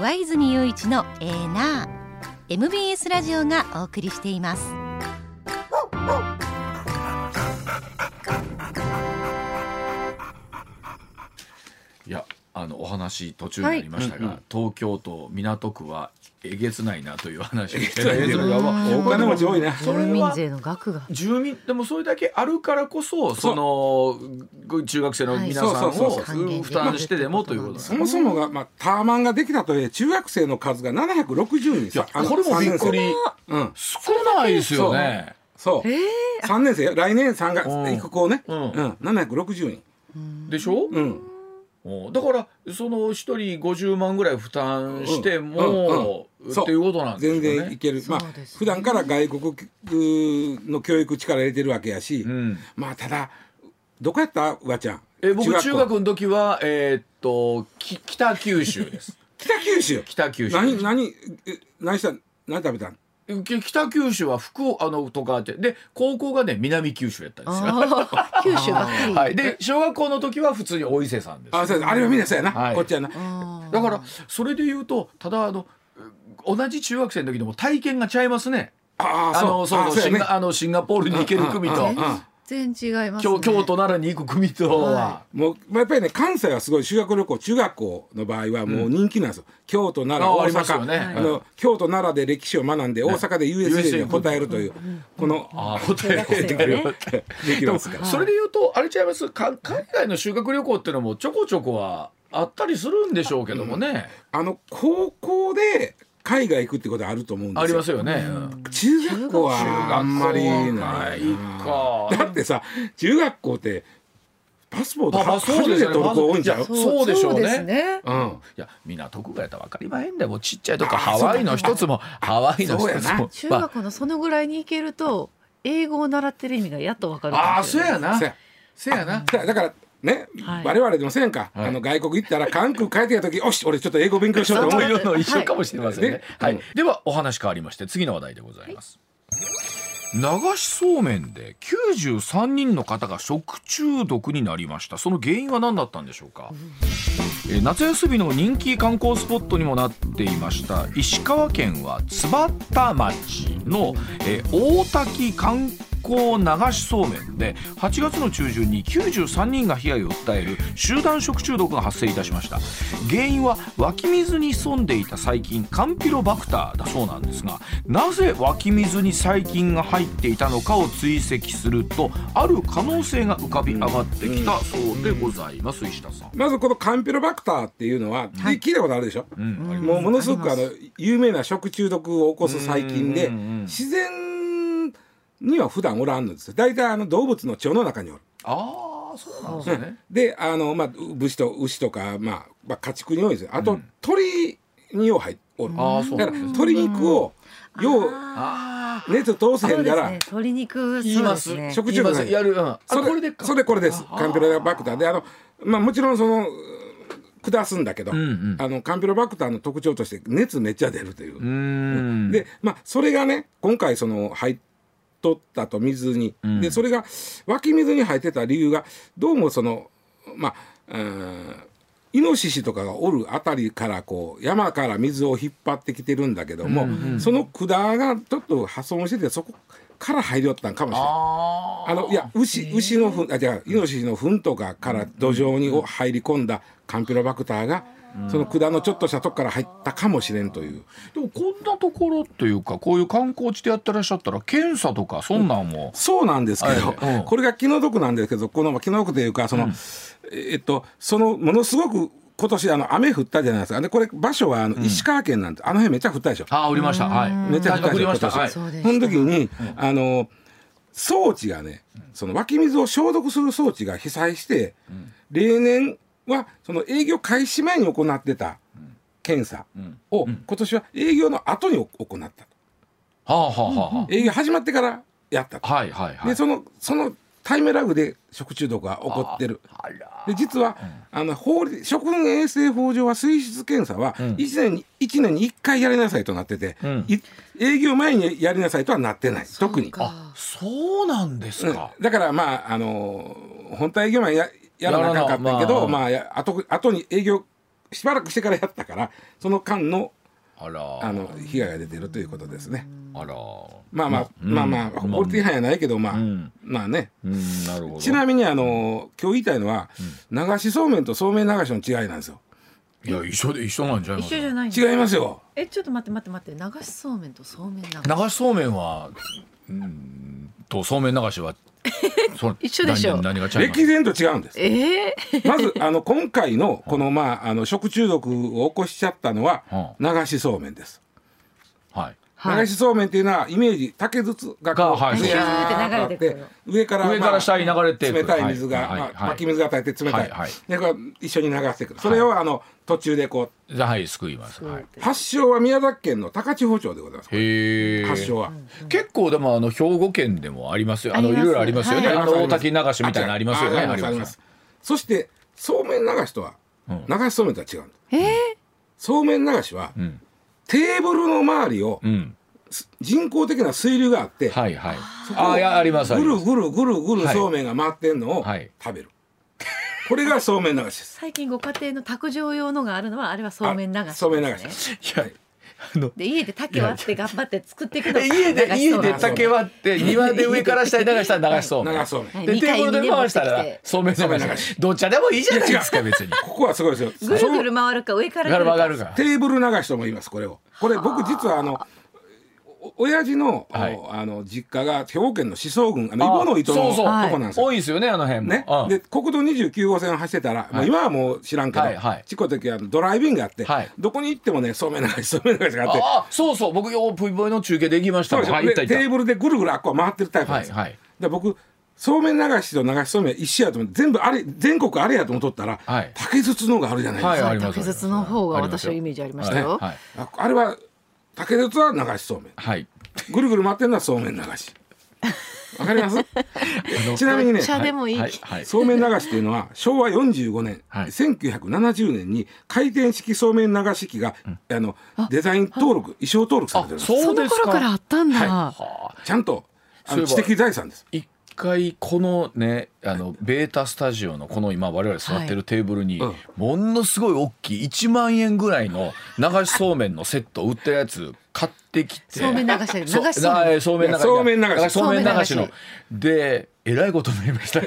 [SPEAKER 5] 上泉雄一のエーナー MBS ラジオがお送りしています
[SPEAKER 1] いやあのお話途中になりましたが、東京都港区はえげつないなという話を してたんですがまあ
[SPEAKER 2] お金持ち多いね
[SPEAKER 3] 住民税の額が。
[SPEAKER 1] 住民でもそれだけあるからこそその中学生の皆さん
[SPEAKER 2] はいそう
[SPEAKER 1] を
[SPEAKER 2] そうそう
[SPEAKER 3] そう
[SPEAKER 1] うん負担してでもということなんです
[SPEAKER 2] そもそもが、まあ、タワマンができたとはいえ中学生の数が760人
[SPEAKER 1] いや
[SPEAKER 2] さあの
[SPEAKER 1] これもびっく
[SPEAKER 2] 三年
[SPEAKER 1] り
[SPEAKER 2] 生うん
[SPEAKER 1] 少ないですよね
[SPEAKER 2] そう、3年生よ来年3月
[SPEAKER 1] うん
[SPEAKER 2] 行く子ね、う
[SPEAKER 1] うんん
[SPEAKER 2] 760人
[SPEAKER 1] でしょ、
[SPEAKER 2] うん
[SPEAKER 1] うんだからその一人50万ぐらい負担しても、
[SPEAKER 2] うんうんそう
[SPEAKER 1] っていうことなんですよ
[SPEAKER 2] 全
[SPEAKER 1] ね
[SPEAKER 2] 然いける、まあ
[SPEAKER 3] そうですね
[SPEAKER 2] 普段から外国の教育力入れてるわけやし、
[SPEAKER 1] ん
[SPEAKER 2] まあただどこやったうわちゃん
[SPEAKER 1] え僕中学
[SPEAKER 2] 校
[SPEAKER 1] の時はえーっとき北九州です
[SPEAKER 2] 北九州
[SPEAKER 1] 北九州
[SPEAKER 2] 何何え何した何食べたん
[SPEAKER 1] き北九州は福あのとかあってで高校がね南九州やったんですよ
[SPEAKER 3] ああ、九州ばっかり。
[SPEAKER 1] はい、で小学校の時は普通にお伊勢さんです
[SPEAKER 2] あそうやあれはみんなそうやな、
[SPEAKER 1] はい
[SPEAKER 2] こっちやな
[SPEAKER 3] あ
[SPEAKER 1] だからそれで言うとただあのう同じ中学生の時でも体験がちゃいますね
[SPEAKER 2] ああ
[SPEAKER 1] あのそう
[SPEAKER 2] あ
[SPEAKER 1] そうシン
[SPEAKER 2] や
[SPEAKER 1] ガあのシンガポールに行ける組と
[SPEAKER 3] あ全然違います、ね
[SPEAKER 1] 京。京都奈良に行く組とは
[SPEAKER 3] は
[SPEAKER 2] もうまあやっぱりね関西はすごい修学旅行中学校の場合はもう人気なんですよ、京都奈
[SPEAKER 1] あ
[SPEAKER 2] 良
[SPEAKER 1] あ
[SPEAKER 2] 大
[SPEAKER 1] りますよ
[SPEAKER 2] 阪
[SPEAKER 1] ね
[SPEAKER 2] あの、京都奈良で歴史を学んで大阪で USJ に答えるという、この
[SPEAKER 1] あ答え
[SPEAKER 3] 中学生ね
[SPEAKER 2] できるんですから
[SPEAKER 1] それで言うとあれちゃいますか海外の修学旅行っていうのもちょこちょこはあったりするんでしょうけどもね、
[SPEAKER 2] あの高校で海外行くってことあると思うんですよ
[SPEAKER 1] ありますよね。うん
[SPEAKER 2] 中学校はあんまり
[SPEAKER 1] な
[SPEAKER 2] ないい
[SPEAKER 1] か
[SPEAKER 2] だってさ中学校ってパスポート
[SPEAKER 1] まあまあ
[SPEAKER 2] は
[SPEAKER 1] そう
[SPEAKER 2] 初
[SPEAKER 1] で
[SPEAKER 2] め
[SPEAKER 1] すよ
[SPEAKER 2] て
[SPEAKER 1] ね
[SPEAKER 2] 取る子多いんじゃん
[SPEAKER 1] まずそうでしょうね
[SPEAKER 3] ですね。
[SPEAKER 2] うん
[SPEAKER 1] いや港区がやったら分かりまへんでもうちっちゃいとかハワイの一つもハワイの一
[SPEAKER 2] そうやな
[SPEAKER 1] つ
[SPEAKER 3] 中
[SPEAKER 1] もまあ
[SPEAKER 3] 学校のそのぐらいに行けると英語を習ってる意味がやっとわかる
[SPEAKER 1] あ
[SPEAKER 3] か
[SPEAKER 1] あ
[SPEAKER 3] もし
[SPEAKER 1] そ
[SPEAKER 3] れ
[SPEAKER 1] うや
[SPEAKER 3] ない。
[SPEAKER 1] な
[SPEAKER 2] そうや
[SPEAKER 1] そうや な
[SPEAKER 2] だだからね、
[SPEAKER 3] はい
[SPEAKER 2] 我々でもせんか、
[SPEAKER 1] はい
[SPEAKER 2] あの外国行ったら韓国帰ってきた時「よし俺ちょっと英語勉強しよう」と
[SPEAKER 1] そ
[SPEAKER 2] 思
[SPEAKER 1] う
[SPEAKER 2] う
[SPEAKER 1] い
[SPEAKER 2] よ
[SPEAKER 1] うの一緒かもしれませんね
[SPEAKER 2] ね。
[SPEAKER 1] はい、
[SPEAKER 2] うん
[SPEAKER 1] ではお話変わりまして次の話題でございます。流しそうめんで93人の方が食中毒になりましたその原因は何だったんでしょうか、えー夏休みの人気観光スポットにもなっていました石川県は津幡町の、えー大滝観光流しそうめんで8月の中旬に93人が被害を訴える集団食中毒が発生いたしました原因は湧き水に潜んでいた細菌カンピロバクターだそうなんですがなぜ湧き水に細菌が入っていたのかを追跡するとある可能性が浮かび上がってきたそうでございます石田さん。
[SPEAKER 2] まずこのカンピロバクターっていうのは、で聞いたことあるでしょ、
[SPEAKER 1] うん
[SPEAKER 2] もうものすごくあ
[SPEAKER 3] あ
[SPEAKER 2] の有名な食中毒を起こす細菌で
[SPEAKER 1] うんうんうん
[SPEAKER 2] 自然には普段おらんのですよ大体あの動物の腸の中におる。
[SPEAKER 1] ああそうなんですね。
[SPEAKER 2] であの、まあ、牛と牛とか、まあまあ、家畜に多いですよあと、鳥によう入っおる
[SPEAKER 1] ああそう
[SPEAKER 2] だ
[SPEAKER 1] な
[SPEAKER 2] か
[SPEAKER 1] ん
[SPEAKER 2] ら
[SPEAKER 1] ですね。
[SPEAKER 2] 鶏肉をよう
[SPEAKER 1] ああ
[SPEAKER 2] 熱通せへ
[SPEAKER 3] そうんで
[SPEAKER 2] だ
[SPEAKER 3] す
[SPEAKER 2] ら
[SPEAKER 3] ね。鶏肉
[SPEAKER 1] 言い
[SPEAKER 3] そう
[SPEAKER 1] ま
[SPEAKER 3] ですすね。
[SPEAKER 2] 食中毒
[SPEAKER 1] 言い
[SPEAKER 2] な
[SPEAKER 1] ますや
[SPEAKER 2] んや
[SPEAKER 1] る、うん、あ
[SPEAKER 2] それ
[SPEAKER 1] これでか
[SPEAKER 2] それこれですカンピロバクターであの、まあ、もちろんその下すんだけど、
[SPEAKER 1] うんうん
[SPEAKER 2] あのカンピロバクターの特徴として熱めっちゃ出るという
[SPEAKER 1] うー、ん
[SPEAKER 2] で、まあ、それがね今回その入っとったと水に、でそれが湧き水に入ってた理由がどうもそのまあうーんイノシシとかがおるあたりからこう山から水を引っ張ってきてるんだけども、その管がちょっと破損しててそこから入りよったんかもしれない。
[SPEAKER 1] あ
[SPEAKER 2] あのいや牛牛の糞あじゃあイノシシの糞とかから土壌にお入り込んだカンピロバクターが、その管のちょっとしたとこから入ったかもしれんという
[SPEAKER 1] ーでもこんなところっていうかこういう観光地でやってらっしゃったら検査とかそんなんも、
[SPEAKER 2] そうなんですけど、
[SPEAKER 1] はいうん
[SPEAKER 2] これが気の毒なんですけどこのまあ気の毒というかその、えっとそのものすごく今年あの雨降ったじゃないですかでこれ場所はあの石川県なんて、あの辺めっちゃ降ったでしょ。
[SPEAKER 1] ああ降りましたはい
[SPEAKER 2] めっちゃ降った
[SPEAKER 1] 降り
[SPEAKER 2] で
[SPEAKER 1] まし
[SPEAKER 2] しょ
[SPEAKER 1] たはい
[SPEAKER 3] そうで
[SPEAKER 2] その
[SPEAKER 3] す。
[SPEAKER 2] 時に、あの装置がねその湧き水を消毒する装置が被災して、例年はその営業開始前に行ってた検査を、今年は営業の後に行った、
[SPEAKER 1] はあはあはあは
[SPEAKER 2] 営業始まってからやったと、
[SPEAKER 1] あはいはいはい
[SPEAKER 2] でそのそのタイムラグで食中毒が起こってる
[SPEAKER 1] あら
[SPEAKER 2] で実は、あの法律食品衛生法上は水質検査は
[SPEAKER 1] ん
[SPEAKER 2] 1年に,、一年に1回やりなさいとなってて、
[SPEAKER 1] うん
[SPEAKER 2] い営業前にやりなさいとはなってない特に
[SPEAKER 3] そうか
[SPEAKER 1] あそうなんですか、
[SPEAKER 2] うんだからまああのー本当は営業前ややらなあかんかったんやけ
[SPEAKER 1] やらな
[SPEAKER 2] ど
[SPEAKER 1] まあ
[SPEAKER 2] まあ、やあと後に営業しばらくしてからやったからその間の
[SPEAKER 1] あら
[SPEAKER 2] あの被害が出てるということですね。
[SPEAKER 1] あら
[SPEAKER 2] まあまあ、
[SPEAKER 1] うん
[SPEAKER 2] まあまあ
[SPEAKER 1] うん
[SPEAKER 2] 法律違反やないけどまあ、
[SPEAKER 1] ん
[SPEAKER 2] まあね
[SPEAKER 1] うんなるほど
[SPEAKER 2] ちなみにあのー今日言いたいのは、流しそうめんとそうめん流しの違いなんですよ。
[SPEAKER 1] いや一緒で一緒なんじゃない
[SPEAKER 3] 一緒じゃないんです。
[SPEAKER 2] 違いますよ。
[SPEAKER 3] えちょっと待って待って待って流しそうめんとそうめんなんか
[SPEAKER 1] 流しそうめんはうんとそうめん流し はそ
[SPEAKER 3] 一緒でしょ
[SPEAKER 1] 何何が違います
[SPEAKER 2] 歴然と違う んです。
[SPEAKER 3] ええ
[SPEAKER 2] まずあの今回のこのまああの食中毒を起こしちゃったのは
[SPEAKER 1] う
[SPEAKER 2] 流しそうめんです。
[SPEAKER 1] はい
[SPEAKER 3] は
[SPEAKER 2] 流
[SPEAKER 3] い。
[SPEAKER 2] しそうめんっていうのはイメージ竹筒がこ
[SPEAKER 1] が
[SPEAKER 2] う
[SPEAKER 1] はい
[SPEAKER 2] ずーっとあ
[SPEAKER 3] シューって流れてくる
[SPEAKER 2] 上から
[SPEAKER 1] 上から下に流れていく
[SPEAKER 2] 冷たい水が、
[SPEAKER 1] はい
[SPEAKER 2] ま
[SPEAKER 1] はい
[SPEAKER 2] あ、湧き水が与えて冷たい、
[SPEAKER 1] はいはい
[SPEAKER 2] でこれ一緒に流してくるそれをあの途中でこ
[SPEAKER 1] じゃあはい救います、はい、
[SPEAKER 2] う発祥は宮崎県の高千穂町でございます
[SPEAKER 1] へえ
[SPEAKER 2] 発祥は、
[SPEAKER 1] 結構でもあの兵庫県でもありますよあの
[SPEAKER 3] あ
[SPEAKER 1] い
[SPEAKER 3] ります
[SPEAKER 1] ろいろありますよね、
[SPEAKER 3] はい
[SPEAKER 1] あの大滝流しみたいなのありますよね
[SPEAKER 2] ありますありますそしてそうめん流しとは、
[SPEAKER 1] うん
[SPEAKER 2] 流しそうめんとは違うんだ
[SPEAKER 3] ええ
[SPEAKER 2] そうめん流しは、
[SPEAKER 1] ん
[SPEAKER 2] テーブルの周りを
[SPEAKER 1] うん
[SPEAKER 2] 人工的な水流があって、
[SPEAKER 1] はいはい
[SPEAKER 2] そこを
[SPEAKER 1] あいやありますあ
[SPEAKER 2] ぐ
[SPEAKER 1] りま
[SPEAKER 2] る
[SPEAKER 1] す
[SPEAKER 2] ぐるぐるぐる
[SPEAKER 1] はい
[SPEAKER 2] そうめんが回ってんのを食
[SPEAKER 1] はい
[SPEAKER 2] べる、これがそうめん流しです
[SPEAKER 3] 最近ご家庭の卓上用のがあるのはあれは そうめん流し、ね。
[SPEAKER 2] あそうめん流しです
[SPEAKER 1] いやあの
[SPEAKER 3] で家で竹割って頑張って作っていくの
[SPEAKER 1] え家で家で
[SPEAKER 2] 竹
[SPEAKER 1] 竹割って庭で上から下に流したら流しそうめん
[SPEAKER 2] 流しそうめん
[SPEAKER 3] はい
[SPEAKER 1] で
[SPEAKER 3] 二
[SPEAKER 1] テー
[SPEAKER 3] 階
[SPEAKER 1] ブルで
[SPEAKER 3] にね
[SPEAKER 1] 回した
[SPEAKER 3] 持っ
[SPEAKER 1] ら
[SPEAKER 3] てきて
[SPEAKER 1] そうめん流
[SPEAKER 2] そうめん流
[SPEAKER 1] し
[SPEAKER 2] し
[SPEAKER 1] どっちでもいいじゃないですか別に
[SPEAKER 2] ここはすごいですよ。
[SPEAKER 3] ぐるぐ
[SPEAKER 2] そう
[SPEAKER 3] る回るか上から
[SPEAKER 1] 上がる上が
[SPEAKER 3] 来
[SPEAKER 1] る
[SPEAKER 3] か
[SPEAKER 1] か
[SPEAKER 2] テーブル流しとも言います、これを。これ僕実はあの、お親父の、
[SPEAKER 1] はい
[SPEAKER 2] あの実家が兵庫県の思想郡あのイボの糸の
[SPEAKER 1] そう
[SPEAKER 2] と
[SPEAKER 1] そう
[SPEAKER 2] こなんですよ。
[SPEAKER 1] 多いですよねあの辺も
[SPEAKER 2] ね
[SPEAKER 1] うん、
[SPEAKER 2] で国道29号線を走ってたら、もう今はもう知らんけど、
[SPEAKER 1] はいはい
[SPEAKER 2] ちっこい時はドライビングがあって、
[SPEAKER 1] はい
[SPEAKER 2] どこに行ってもねそうめん流しそうめん流しがあって
[SPEAKER 1] ああそうそう僕ようぷいぼいの中継で行きました
[SPEAKER 2] そ
[SPEAKER 1] も
[SPEAKER 2] うで
[SPEAKER 1] ん
[SPEAKER 2] しょ
[SPEAKER 1] はい行った
[SPEAKER 2] で
[SPEAKER 1] 行
[SPEAKER 2] テー
[SPEAKER 1] っ
[SPEAKER 2] ブルでぐるぐるあっこ回ってるタイプ
[SPEAKER 1] た
[SPEAKER 2] な
[SPEAKER 1] は
[SPEAKER 2] ん
[SPEAKER 1] い
[SPEAKER 2] ですよ。
[SPEAKER 1] はい
[SPEAKER 2] で僕そうめん流しと流しそうめん一緒やと思って全部あれ全国あれやと思っとったら、
[SPEAKER 1] はい
[SPEAKER 2] 竹筒のがあるじゃないですか、
[SPEAKER 1] はいあります
[SPEAKER 3] 竹筒の方が
[SPEAKER 1] ありま
[SPEAKER 3] 私
[SPEAKER 1] すよ
[SPEAKER 3] はイメージありまし
[SPEAKER 1] は
[SPEAKER 3] た
[SPEAKER 1] い
[SPEAKER 3] よ。
[SPEAKER 1] はい
[SPEAKER 2] ああれは竹筒は流しそうめん
[SPEAKER 1] はい
[SPEAKER 2] ぐるぐる回ってるのはそうめん流しわかります ちなみにね
[SPEAKER 3] お茶でもいい。
[SPEAKER 1] はいはい
[SPEAKER 2] そうめん流しっていうのは昭和45年、
[SPEAKER 1] はい
[SPEAKER 2] 1970年に回転式そうめん流し器が、あのデザイン登録衣装登録されてるんです
[SPEAKER 1] あ
[SPEAKER 3] その頃からあったんだ。
[SPEAKER 2] は
[SPEAKER 1] はあ
[SPEAKER 2] ちゃんとあの
[SPEAKER 1] そ
[SPEAKER 2] 知
[SPEAKER 1] ういえば
[SPEAKER 2] 的財産です
[SPEAKER 1] 一回このねあのベータスタジオのこの今我々座ってるテーブルに、
[SPEAKER 2] はい
[SPEAKER 1] ものすごい大きい1万円ぐらいの流しそうめんのセット売ってるやつ買ってきて
[SPEAKER 3] そうめん流し流し
[SPEAKER 1] そ
[SPEAKER 3] そうう
[SPEAKER 1] な
[SPEAKER 3] めん
[SPEAKER 1] えーそうめん流し
[SPEAKER 2] いやそうめん流し
[SPEAKER 1] だからそうめん流し
[SPEAKER 3] そうめん
[SPEAKER 1] の
[SPEAKER 3] 流し
[SPEAKER 1] でえらいことになりました い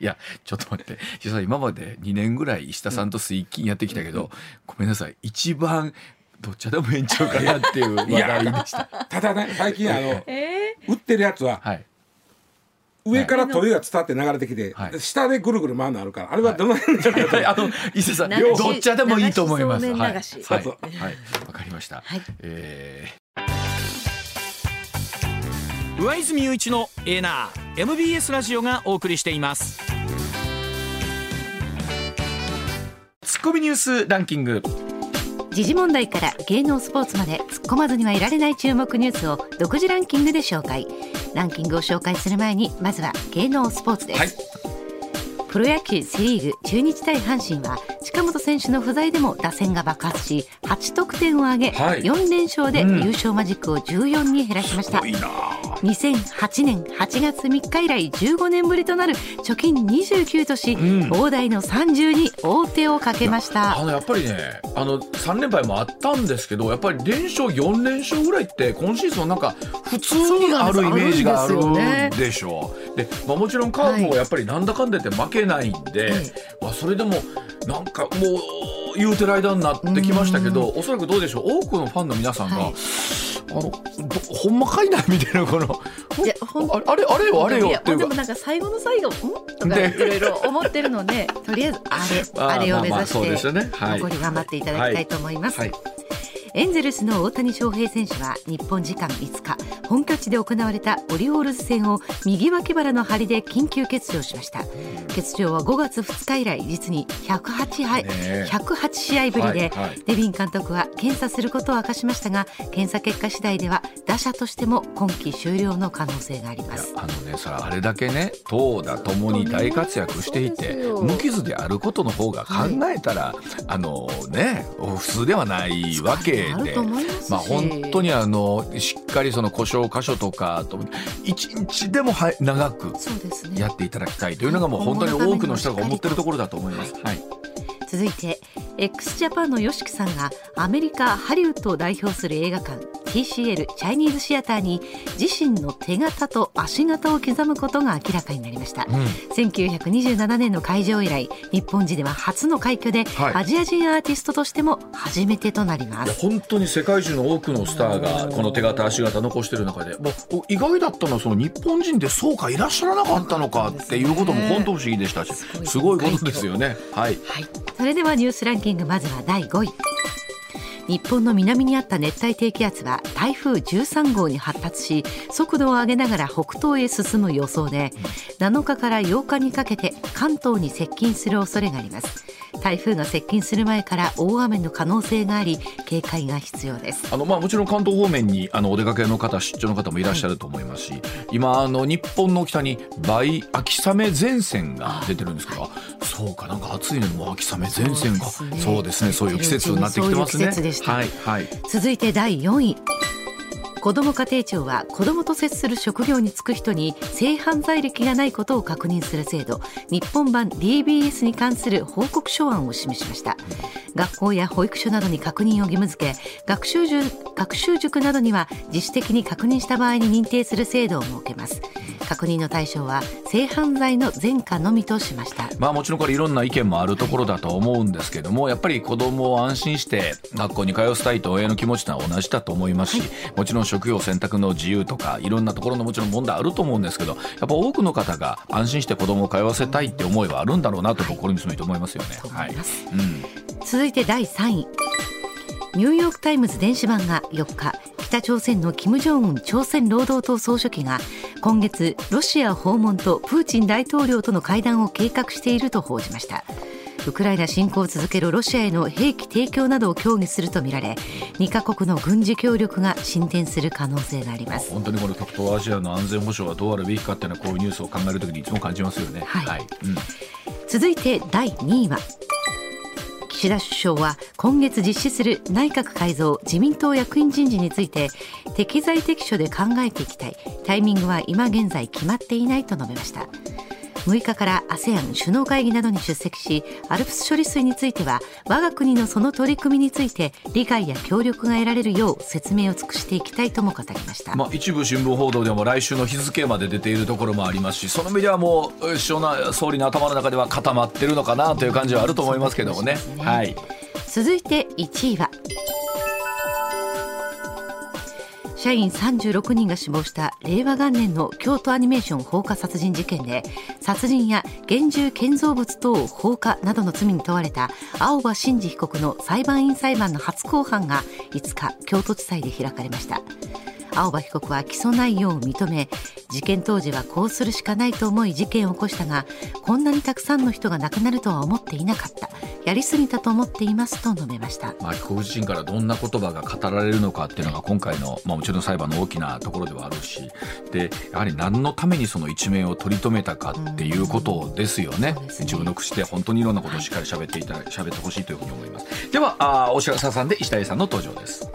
[SPEAKER 1] やちょっと待って石田さん今まで2年ぐらい石田さんと水金やってきたけど、ごめんなさい一番どっちでもええんちゃうかなっていう話題でした。
[SPEAKER 2] ただね最近あの
[SPEAKER 4] え
[SPEAKER 2] 売ってるやつは
[SPEAKER 1] はい
[SPEAKER 2] 上からトイが伝って流れてきて、
[SPEAKER 1] はい
[SPEAKER 2] 下でぐるぐる回るのあるからあれはどの辺じゃないか、
[SPEAKER 1] はい、あの伊勢さん、
[SPEAKER 4] 流し
[SPEAKER 1] どっちでもいいと思います。
[SPEAKER 4] 流しそう
[SPEAKER 1] は
[SPEAKER 4] めん
[SPEAKER 1] い、は
[SPEAKER 4] 流
[SPEAKER 1] い、
[SPEAKER 4] し
[SPEAKER 1] はい、
[SPEAKER 2] そう
[SPEAKER 1] わかりました。
[SPEAKER 5] はい
[SPEAKER 1] え
[SPEAKER 6] 上泉雄一のエナー MBS ラジオがお送りしています
[SPEAKER 1] ー、ツッコミニュースランキング。
[SPEAKER 5] 時事問題から芸能スポーツまで突っ込まずにはいられない注目ニュースを独自ランキングで紹介ランキングを紹介する前にまずは芸能スポーツです、
[SPEAKER 1] はい
[SPEAKER 5] プロ野球セ・リーグ中日対阪神は近本選手の不在でも打線が爆発し8得点を挙げ、
[SPEAKER 1] はい
[SPEAKER 5] 4連勝で優勝マジックを14に減らしました、2008年8月3日以来15年ぶりとなる貯金29とし、大台の30に大手をかけました
[SPEAKER 1] あのやっぱりね、あの三連敗もあったんですけど、やっぱり連勝四連勝ぐらいって今シーズンはなんか普通にあるイメージがある
[SPEAKER 3] そうなん
[SPEAKER 1] でしょう。で、まあもちろんカープもやっぱりなんだかんだ言って負けないんで、
[SPEAKER 5] はい
[SPEAKER 1] まあそれでもなんかもう言うてる間になってきましたけど、おそらくどうでしょう。多くのファンの皆さんが、
[SPEAKER 5] はい
[SPEAKER 1] あのどほんまかいなみたいなこの。
[SPEAKER 3] いやほん
[SPEAKER 1] ああれあれよあれ
[SPEAKER 3] い
[SPEAKER 1] よ
[SPEAKER 3] や
[SPEAKER 1] っていう
[SPEAKER 3] で
[SPEAKER 1] か
[SPEAKER 3] もなんか最後の最後んとか
[SPEAKER 1] で
[SPEAKER 3] いろいろ思ってるので
[SPEAKER 5] とりあえず
[SPEAKER 1] あー
[SPEAKER 5] あれあれを目
[SPEAKER 1] まあまあ
[SPEAKER 5] 指
[SPEAKER 1] そうで
[SPEAKER 5] し
[SPEAKER 1] すよ
[SPEAKER 5] て
[SPEAKER 1] ねはい
[SPEAKER 5] 残り頑張っていただきたいと思います、
[SPEAKER 1] はい
[SPEAKER 5] エンゼルスの大谷翔平選手は日本時間5日本拠地で行われたオリオールズ戦を右脇腹の張りで緊急欠場しました欠場は5月2日以来実に108敗、
[SPEAKER 1] ねえ
[SPEAKER 5] 108試合ぶりで、
[SPEAKER 1] はいはい
[SPEAKER 5] デビン監督は検査することを明かしましたが検査結果次第では打者としても今季終了の可能性があります
[SPEAKER 1] あのねそれあれだけね投打ともに大活躍していて無傷であることの方が考えたら、あのね普通ではないわけ
[SPEAKER 5] ある
[SPEAKER 1] で
[SPEAKER 5] と。思いますし、
[SPEAKER 1] まあ本当にあのしっかりその故障箇所とかと一日でもは長く
[SPEAKER 5] そうですね
[SPEAKER 1] やっていただきたいというのがもう本当に多くの人が思ってるところだと思います。はい、
[SPEAKER 5] 続いて x ジャパンの YOSHIKI さんがアメリカハリウッドを代表する映画館 TCL チャイニーズシアターに自身の手形と足形を刻むことが明らかになりました、1927年の開場以来日本人では初の快挙で、
[SPEAKER 1] はい
[SPEAKER 5] アジア人アーティストとしても初めてとなりま
[SPEAKER 1] いや
[SPEAKER 5] す
[SPEAKER 1] 本当に世界中の多くのスターがこの手形足形残してる中でもう意外だったのはその日本人でそうかいらっしゃらなかったのかっていうことも本当不思議でしたしすごいことですよね。はい、
[SPEAKER 5] はい、それではニュースランキングまずは第5位日本の南にあった熱帯低気圧は台風13号に発達し速度を上げながら北東へ進む予想で7日から8日にかけて関東に接近する恐れがあります台風が接近する前から大雨の可能性があり警戒が必要です
[SPEAKER 1] あのまあ、もちろん関東方面にあのお出かけの方出張の方もいらっしゃると思いますし、今あの日本の北に梅秋雨前線が出てるんですけどあそうかなんか暑いのにもう秋雨前線が
[SPEAKER 5] そうですね
[SPEAKER 1] そうですねそういう季節になってきてますね。
[SPEAKER 5] そういう季節でした
[SPEAKER 1] はいはい
[SPEAKER 5] 続いて第4位子ども家庭庁は子どもと接する職業に就く人に性犯罪歴がないことを確認する制度日本版 DBS に関する報告書案を示しました学校や保育所などに確認を義務付け学習塾学習塾などには自主的に確認した場合に認定する制度を設けます確認の対象は性犯罪の前科のみとしました
[SPEAKER 1] まあもちろんこれいろんな意見もあるところだと思うんですけどもやっぱり子供を安心して学校に通わせたいと親の気持ちとは同じだと思いますしもちろん職業選択の自由とかいろんなところのもちろん問題あると思うんですけどやっぱ多くの方が安心して子供を通わせたいって思いはあるんだろうなと僕これにすると思いますよね。
[SPEAKER 5] と思
[SPEAKER 1] はいい
[SPEAKER 5] ます、
[SPEAKER 1] うん
[SPEAKER 5] 続いて第3位ニューヨーク・タイムズ電子版が4日北朝鮮の金正恩朝鮮労働党総書記が今月ロシア訪問とプーチン大統領との会談を計画していると報じましたウクライナ侵攻を続けるロシアへの兵器提供などを協議するとみられ2カ国の軍事協力が進展する可能性があります
[SPEAKER 1] 本当にこの極東アジアの安全保障はどうあるべきかっていうのはこういうニュースを考えるときにいつも感じますよね。
[SPEAKER 5] はい
[SPEAKER 1] うん
[SPEAKER 5] 続いて第2位は岸田首相は今月実施する内閣改造自民党役員人事について適材適所で考えていきたいタイミングは今現在決まっていないと述べました6日から ASEAN 首脳会議などに出席し ALPS 処理水については我が国のその取り組みについて理解や協力が得られるよう説明を尽くしていきたいとも語りました、
[SPEAKER 1] まあ、一部新聞報道でも来週の日付まで出ているところもありますしその意味ではもう首相な総理の頭の中では固まってるのかなという感じはあると思いますけどもね。はい、
[SPEAKER 5] 続いて1位は社員36人が死亡した令和元年の京都アニメーション放火殺人事件で殺人や現住建造物等放火などの罪に問われた青葉真司被告の裁判員裁判の初公判が5日京都地裁で開かれました青葉被告は起訴内容を認め事件当時はこうするしかないと思い事件を起こしたがこんなにたくさんの人が亡くなるとは思っていなかったやりすぎたと思っていますと述べました
[SPEAKER 1] まあ、被告自身からどんな言葉が語られるのかっていうのが今回の、まあ、もちろん裁判の大きなところではあるしでやはり何のためにその一面を取り留めたかっていうことですよね
[SPEAKER 5] ですね
[SPEAKER 1] 自分の口で本当にいろんなことをしっかり喋っていただ喋ってほしいというふうに思いますではあーお知らせさんで石田英さんの登場です